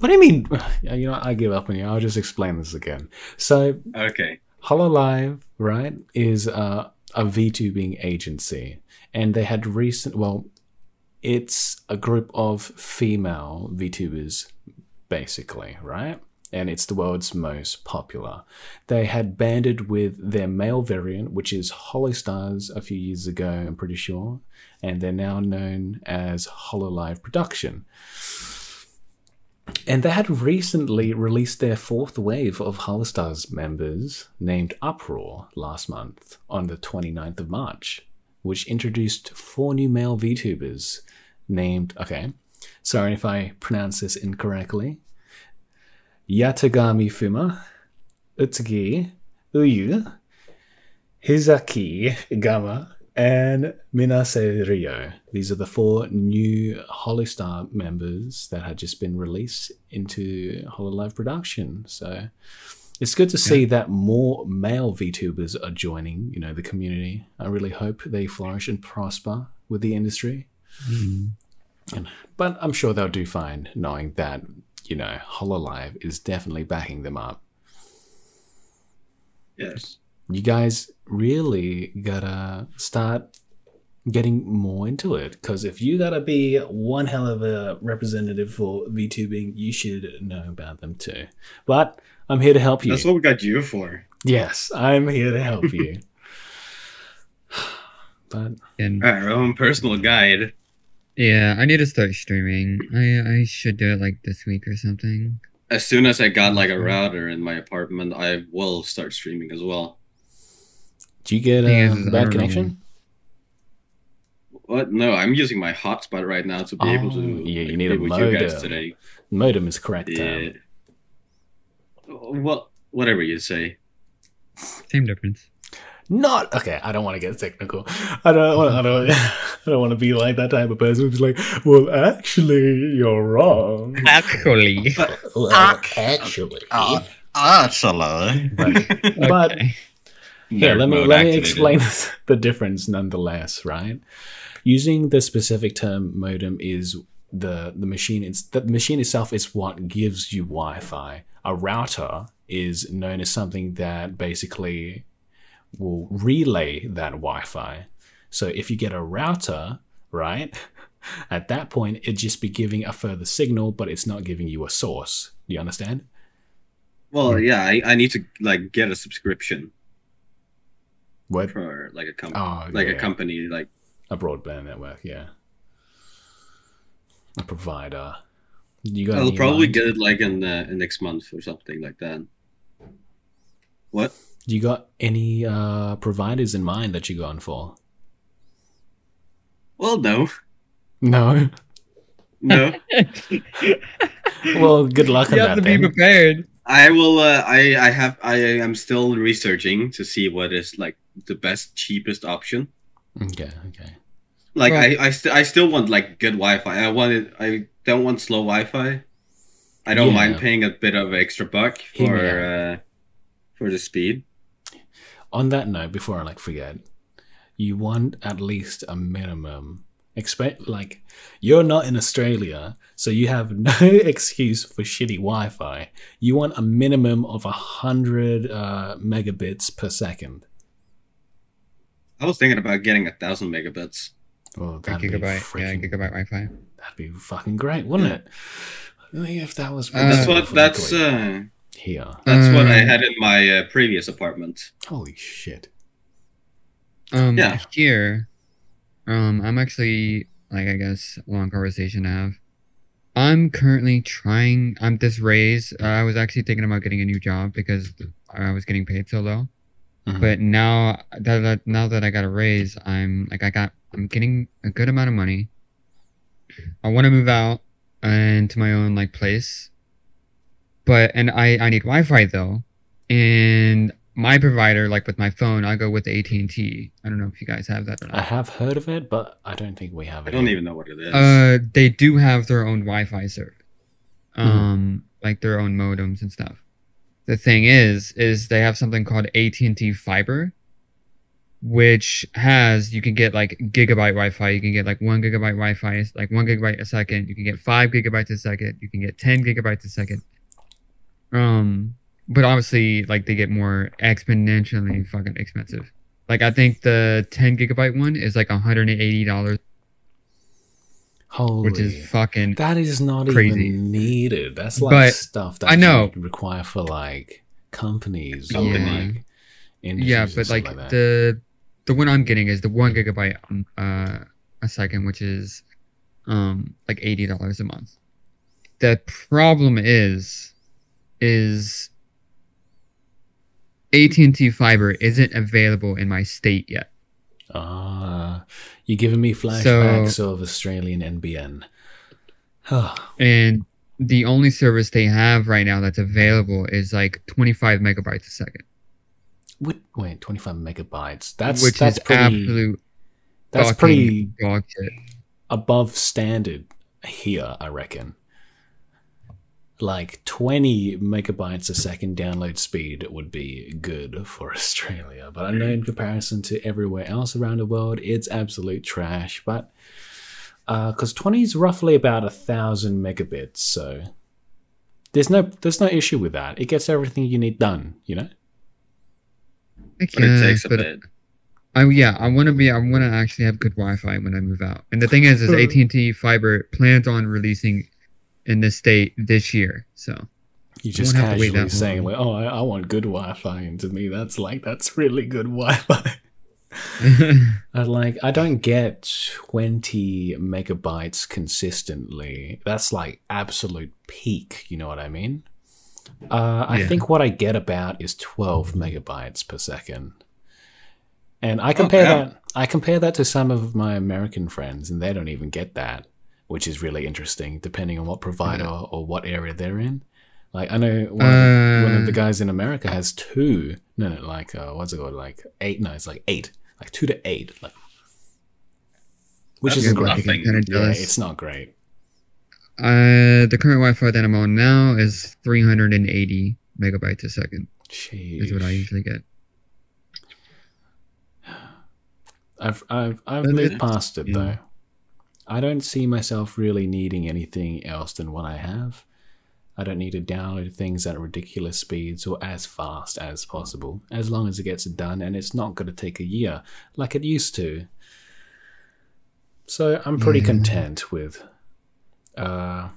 [SPEAKER 2] What do you mean? *sighs* Yeah, You know, what? I give up on you. I'll just explain this again. So
[SPEAKER 3] Okay.
[SPEAKER 2] Hololive, right, is uh, a VTubing agency, and they had recent. Well, it's a group of female VTubers, basically, right, and it's the world's most popular. They had banded with their male variant, which is Holostars, a few years ago. I'm pretty sure, and they're now known as Hololive Production. And they had recently released their fourth wave of Holostars members named Uproar last month on the 29th of March, which introduced four new male VTubers named, okay, sorry if I pronounce this incorrectly, Yatagami Fuma, Utsugi, Uyu, Hizaki Gama, and Minase Ryo. These are the four new Holostar members that had just been released into Hololive production. So it's good to see that more male VTubers are joining, you know, the community. I really hope they flourish and prosper with the industry. But I'm sure they'll do fine knowing that, you know, Hololive is definitely backing them up
[SPEAKER 3] Yes.
[SPEAKER 2] you guys really gotta start getting more into it because if you gotta be one hell of a representative for vtubing you should know about them too but i'm here to help you
[SPEAKER 3] That's what we got you for.
[SPEAKER 2] yes i'm here to help you *sighs* but
[SPEAKER 1] And
[SPEAKER 2] Uh,
[SPEAKER 3] Our own personal guide.
[SPEAKER 1] yeah, I need to start streaming. I I should do it like this week or something.
[SPEAKER 3] As soon as I got
[SPEAKER 2] Mm-hmm.
[SPEAKER 3] like a router in my apartment, I will start streaming as well.
[SPEAKER 2] do you get
[SPEAKER 1] Thing is,
[SPEAKER 2] a
[SPEAKER 1] is I
[SPEAKER 2] bad
[SPEAKER 1] don't
[SPEAKER 2] connection
[SPEAKER 3] What? No, I'm using my hotspot right now to be able to.
[SPEAKER 2] Oh, yeah, you
[SPEAKER 3] like,
[SPEAKER 2] need a
[SPEAKER 3] be with you guys
[SPEAKER 2] modem.
[SPEAKER 3] today.
[SPEAKER 2] modem is correct
[SPEAKER 3] Yeah.
[SPEAKER 2] um,
[SPEAKER 3] Well, whatever you say.
[SPEAKER 1] Same difference.
[SPEAKER 2] not okay i don't want to get technical i don't want i don't, *laughs* I don't want to be like that type of person who's like well actually you're wrong
[SPEAKER 1] Actually.
[SPEAKER 2] Well,
[SPEAKER 3] Ah.
[SPEAKER 2] actually.
[SPEAKER 3] Uh, Actually.
[SPEAKER 2] *laughs*
[SPEAKER 1] *laughs*
[SPEAKER 2] But- But yeah, let me let me explain *laughs* this, the difference nonetheless, right? Using the specific term modem is the the machine it's the machine itself is what gives you Wi-Fi. A router is known as something that basically will relay that Wi-Fi. So if you get a router, right, *laughs* at that point it'd just be giving a further signal, but it's not giving you a source. Do you understand?
[SPEAKER 3] Well, yeah, I, I need to like get a subscription
[SPEAKER 2] What?
[SPEAKER 3] for like a company,
[SPEAKER 2] Oh,
[SPEAKER 3] like a
[SPEAKER 2] yeah.
[SPEAKER 3] company, like
[SPEAKER 2] a broadband network, yeah. A provider. You got
[SPEAKER 3] I'll
[SPEAKER 2] any
[SPEAKER 3] probably
[SPEAKER 2] mind?
[SPEAKER 3] get it like in the in next month or something like that. What?
[SPEAKER 2] You got any uh, providers in mind that you're going for?
[SPEAKER 3] Well, no,
[SPEAKER 2] No.
[SPEAKER 3] no.
[SPEAKER 2] *laughs* Well, good luck on
[SPEAKER 1] you have
[SPEAKER 2] that
[SPEAKER 1] to be
[SPEAKER 2] then.
[SPEAKER 1] prepared.
[SPEAKER 3] I will. Uh, I I have. I am still researching to see what is like the best cheapest option.
[SPEAKER 2] Okay, okay.
[SPEAKER 3] Like
[SPEAKER 1] Right.
[SPEAKER 3] I I, st- I still want like good Wi-Fi. I want it. I don't want slow Wi-Fi. I don't
[SPEAKER 2] Yeah.
[SPEAKER 3] mind paying a bit of extra buck
[SPEAKER 2] Hear
[SPEAKER 3] for
[SPEAKER 2] me
[SPEAKER 3] uh, for the speed.
[SPEAKER 2] On that note, before I like forget, you want at least a minimum. Expect like you're not in Australia, so you have *laughs* no excuse for shitty Wi-Fi. You want a minimum of a hundred uh, megabits per second.
[SPEAKER 3] I was thinking about getting a thousand megabits.
[SPEAKER 2] Oh,
[SPEAKER 1] A
[SPEAKER 2] that'd be
[SPEAKER 1] gigabyte, yeah,
[SPEAKER 2] freaking-
[SPEAKER 1] gigabyte Wi-Fi.
[SPEAKER 2] That'd be fucking great, wouldn't it? I think if that was
[SPEAKER 1] Uh,
[SPEAKER 3] That's
[SPEAKER 1] Oh,
[SPEAKER 3] what. That's uh,
[SPEAKER 2] here.
[SPEAKER 3] that's what I
[SPEAKER 1] Um,
[SPEAKER 3] had in my uh, previous apartment.
[SPEAKER 2] Holy shit!
[SPEAKER 1] Um,
[SPEAKER 3] Yeah.
[SPEAKER 1] here, um, I'm actually like I guess long conversation to have. I'm currently trying. I'm this raise. Uh, I was actually thinking about getting a new job because I was getting paid so low.
[SPEAKER 3] Mm-hmm.
[SPEAKER 2] Mhm.
[SPEAKER 1] But now that, that now that I got a raise, I'm like I got I'm getting a good amount of money. I want to move out and to my own like place. But and I I need Wi-Fi though, and my provider like with my phone I go with AT and T. I don't know if you guys have that or
[SPEAKER 2] I
[SPEAKER 1] not.
[SPEAKER 2] have heard of it, but I don't think we have
[SPEAKER 3] I
[SPEAKER 2] it.
[SPEAKER 3] don't
[SPEAKER 2] here.
[SPEAKER 3] even know what it is.
[SPEAKER 1] Uh, they do have their own Wi-Fi service, um, like their own modems and stuff. The thing is, is they have something called AT and T Fiber, which has you can get like gigabyte Wi-Fi, you can get like one gigabyte Wi-Fi, like one gigabyte a second, you can get five gigabytes a second, you can get ten gigabytes a second. Um, but obviously, like they get more exponentially fucking expensive. Like I think the ten gigabyte one is like one hundred and eighty dollars
[SPEAKER 2] Holy.
[SPEAKER 1] which is fucking
[SPEAKER 2] that is not
[SPEAKER 1] crazy.
[SPEAKER 2] even needed. That's like
[SPEAKER 1] But
[SPEAKER 2] stuff that
[SPEAKER 1] I
[SPEAKER 2] you
[SPEAKER 1] know.
[SPEAKER 2] require for like companies or
[SPEAKER 1] Company.
[SPEAKER 2] like industries
[SPEAKER 1] yeah
[SPEAKER 2] and
[SPEAKER 1] but
[SPEAKER 2] stuff
[SPEAKER 1] like,
[SPEAKER 2] that.
[SPEAKER 1] the the one i'm getting is the one gigabyte um, uh a second which is um like $80 a month the problem is is at&t fiber isn't available in my state yet
[SPEAKER 2] ah, you're giving me flashbacks of Australian NBN.
[SPEAKER 1] and the only service they have right now that's available is like 25 megabytes a second
[SPEAKER 2] *sighs* wait, wait, 25 megabytes. That's
[SPEAKER 1] which
[SPEAKER 2] that's
[SPEAKER 1] is
[SPEAKER 2] pretty.
[SPEAKER 1] absolute
[SPEAKER 2] That's
[SPEAKER 1] fucking
[SPEAKER 2] pretty
[SPEAKER 1] dog shit.
[SPEAKER 2] above standard here, I reckon. Like 20 megabytes a second download speed would be good for *laughs* Australia, but I know in comparison to everywhere else around the world, it's absolute trash. But because 20 is roughly about a thousand megabits, so there's no there's no issue with that. It gets everything you need done, you know.
[SPEAKER 1] I
[SPEAKER 3] but it takes
[SPEAKER 1] guess,
[SPEAKER 3] a
[SPEAKER 1] but
[SPEAKER 3] bit.
[SPEAKER 1] I yeah, I want to be. I want to actually have good Wi-Fi when I move out. And the thing is, is AT and T Fiber plans on releasing in this state this year. So *laughs*
[SPEAKER 2] You just
[SPEAKER 1] won't have to wait
[SPEAKER 2] casually
[SPEAKER 1] that
[SPEAKER 2] saying
[SPEAKER 1] long.
[SPEAKER 2] like, "Oh, I, I want good Wi-Fi," and to me, that's like that's really good Wi-Fi. I Uh, like I don't get 20 megabytes consistently. That's like absolute peak, you know what I mean? Uh, I
[SPEAKER 1] Yeah.
[SPEAKER 2] think what I get about is 12 megabytes per second. And I compare
[SPEAKER 3] yeah.
[SPEAKER 2] that I compare that to some of my American friends and they don't even get that, which is really interesting depending on what provider or what area they're in. Like I know one, of, one of the
[SPEAKER 1] Uh.
[SPEAKER 2] guys in America has two. No, no, like uh, what's it called? Like eight? No, it's like eight. Like two to eight. Like which
[SPEAKER 3] That's
[SPEAKER 2] isn't
[SPEAKER 3] good
[SPEAKER 2] great.
[SPEAKER 3] enough. nothing.
[SPEAKER 1] Kind of
[SPEAKER 2] Yeah,
[SPEAKER 1] jealous.
[SPEAKER 2] it's not great.
[SPEAKER 1] uh, the current Wi-Fi that I'm on now is 380 megabytes a second.
[SPEAKER 2] Jeez.
[SPEAKER 1] Is what I usually get.
[SPEAKER 2] I've I've I've
[SPEAKER 1] But
[SPEAKER 2] moved
[SPEAKER 1] it-
[SPEAKER 2] past it
[SPEAKER 1] yeah.
[SPEAKER 2] though. I don't see myself really needing anything else than what I have. I don't need to download things at ridiculous speeds or as fast as possible, as long as it gets done and it's not going to take a year like it used to. So I'm pretty
[SPEAKER 1] Yeah.
[SPEAKER 2] content with uh,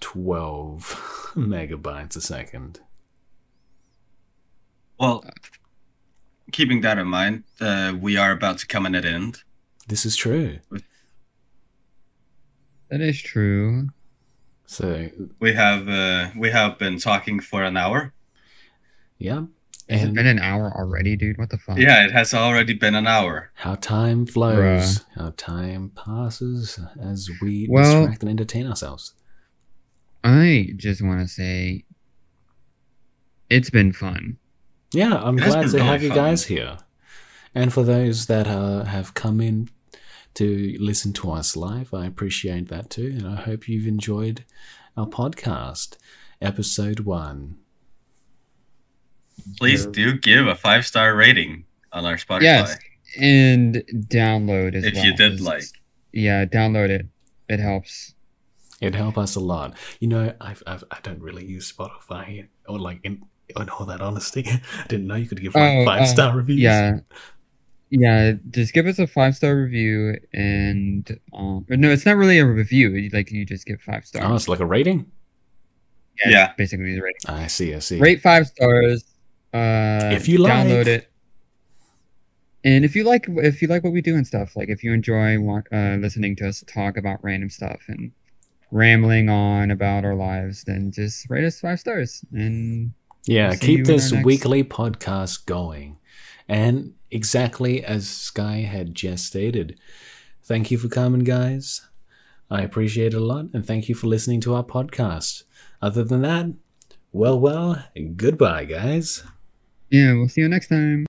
[SPEAKER 2] 12 *laughs* megabytes a second.
[SPEAKER 3] Well, keeping that in mind, uh, we are about to come in at an end.
[SPEAKER 2] This is true.
[SPEAKER 1] That is true.
[SPEAKER 2] So,
[SPEAKER 3] We have uh, we have been talking for an hour.
[SPEAKER 2] yeah.
[SPEAKER 1] Has it
[SPEAKER 2] And
[SPEAKER 1] been an hour already, dude? What the fuck?
[SPEAKER 3] Yeah, it has already been an hour.
[SPEAKER 2] how time flows, how time passes as we
[SPEAKER 1] Well-
[SPEAKER 2] distract and entertain ourselves.
[SPEAKER 1] I just want to say it's been fun.
[SPEAKER 2] Yeah, I'm
[SPEAKER 3] It has
[SPEAKER 2] glad
[SPEAKER 3] been
[SPEAKER 2] to
[SPEAKER 3] really
[SPEAKER 2] have you
[SPEAKER 3] fun.
[SPEAKER 2] guys here. And for those that uh, have come in to listen to us live, I appreciate that too. And I hope you've enjoyed our podcast, episode one.
[SPEAKER 3] Please
[SPEAKER 1] Yeah.
[SPEAKER 3] do give a five star rating on our Spotify.
[SPEAKER 1] Yes, and download as
[SPEAKER 3] If
[SPEAKER 1] well.
[SPEAKER 3] you did
[SPEAKER 1] 'cause-
[SPEAKER 3] like.
[SPEAKER 1] Yeah, download it. It helps.
[SPEAKER 2] It'd help us a lot. You know, I've, I've, I don't really use Spotify or like in, in all that honesty. *laughs* I didn't know you could give like
[SPEAKER 1] Oh,
[SPEAKER 2] five star reviews.
[SPEAKER 1] Yeah. Yeah, just give us a five star review and um or no, it's not really a review. you- Like you just give five
[SPEAKER 2] Oh,
[SPEAKER 1] stars.
[SPEAKER 2] it's like a rating?
[SPEAKER 1] it's
[SPEAKER 3] Yeah.
[SPEAKER 1] basically the rating.
[SPEAKER 2] I see, I see.
[SPEAKER 1] Rate five stars. Uh,
[SPEAKER 2] If you like.
[SPEAKER 1] download it. And if you like, if you like what we do and stuff, like if you enjoy wa- uh, listening to us talk about random stuff and rambling on about our lives, then just rate us five stars. And
[SPEAKER 2] Yeah,
[SPEAKER 1] See you
[SPEAKER 2] keep
[SPEAKER 1] in our
[SPEAKER 2] this
[SPEAKER 1] next-
[SPEAKER 2] weekly podcast going. And exactly as Sky had just stated, thank you for coming, guys. I appreciate it a lot, and thank you for listening to our podcast. Other than that, well, well, goodbye, guys.
[SPEAKER 1] yeah, we'll see you next time.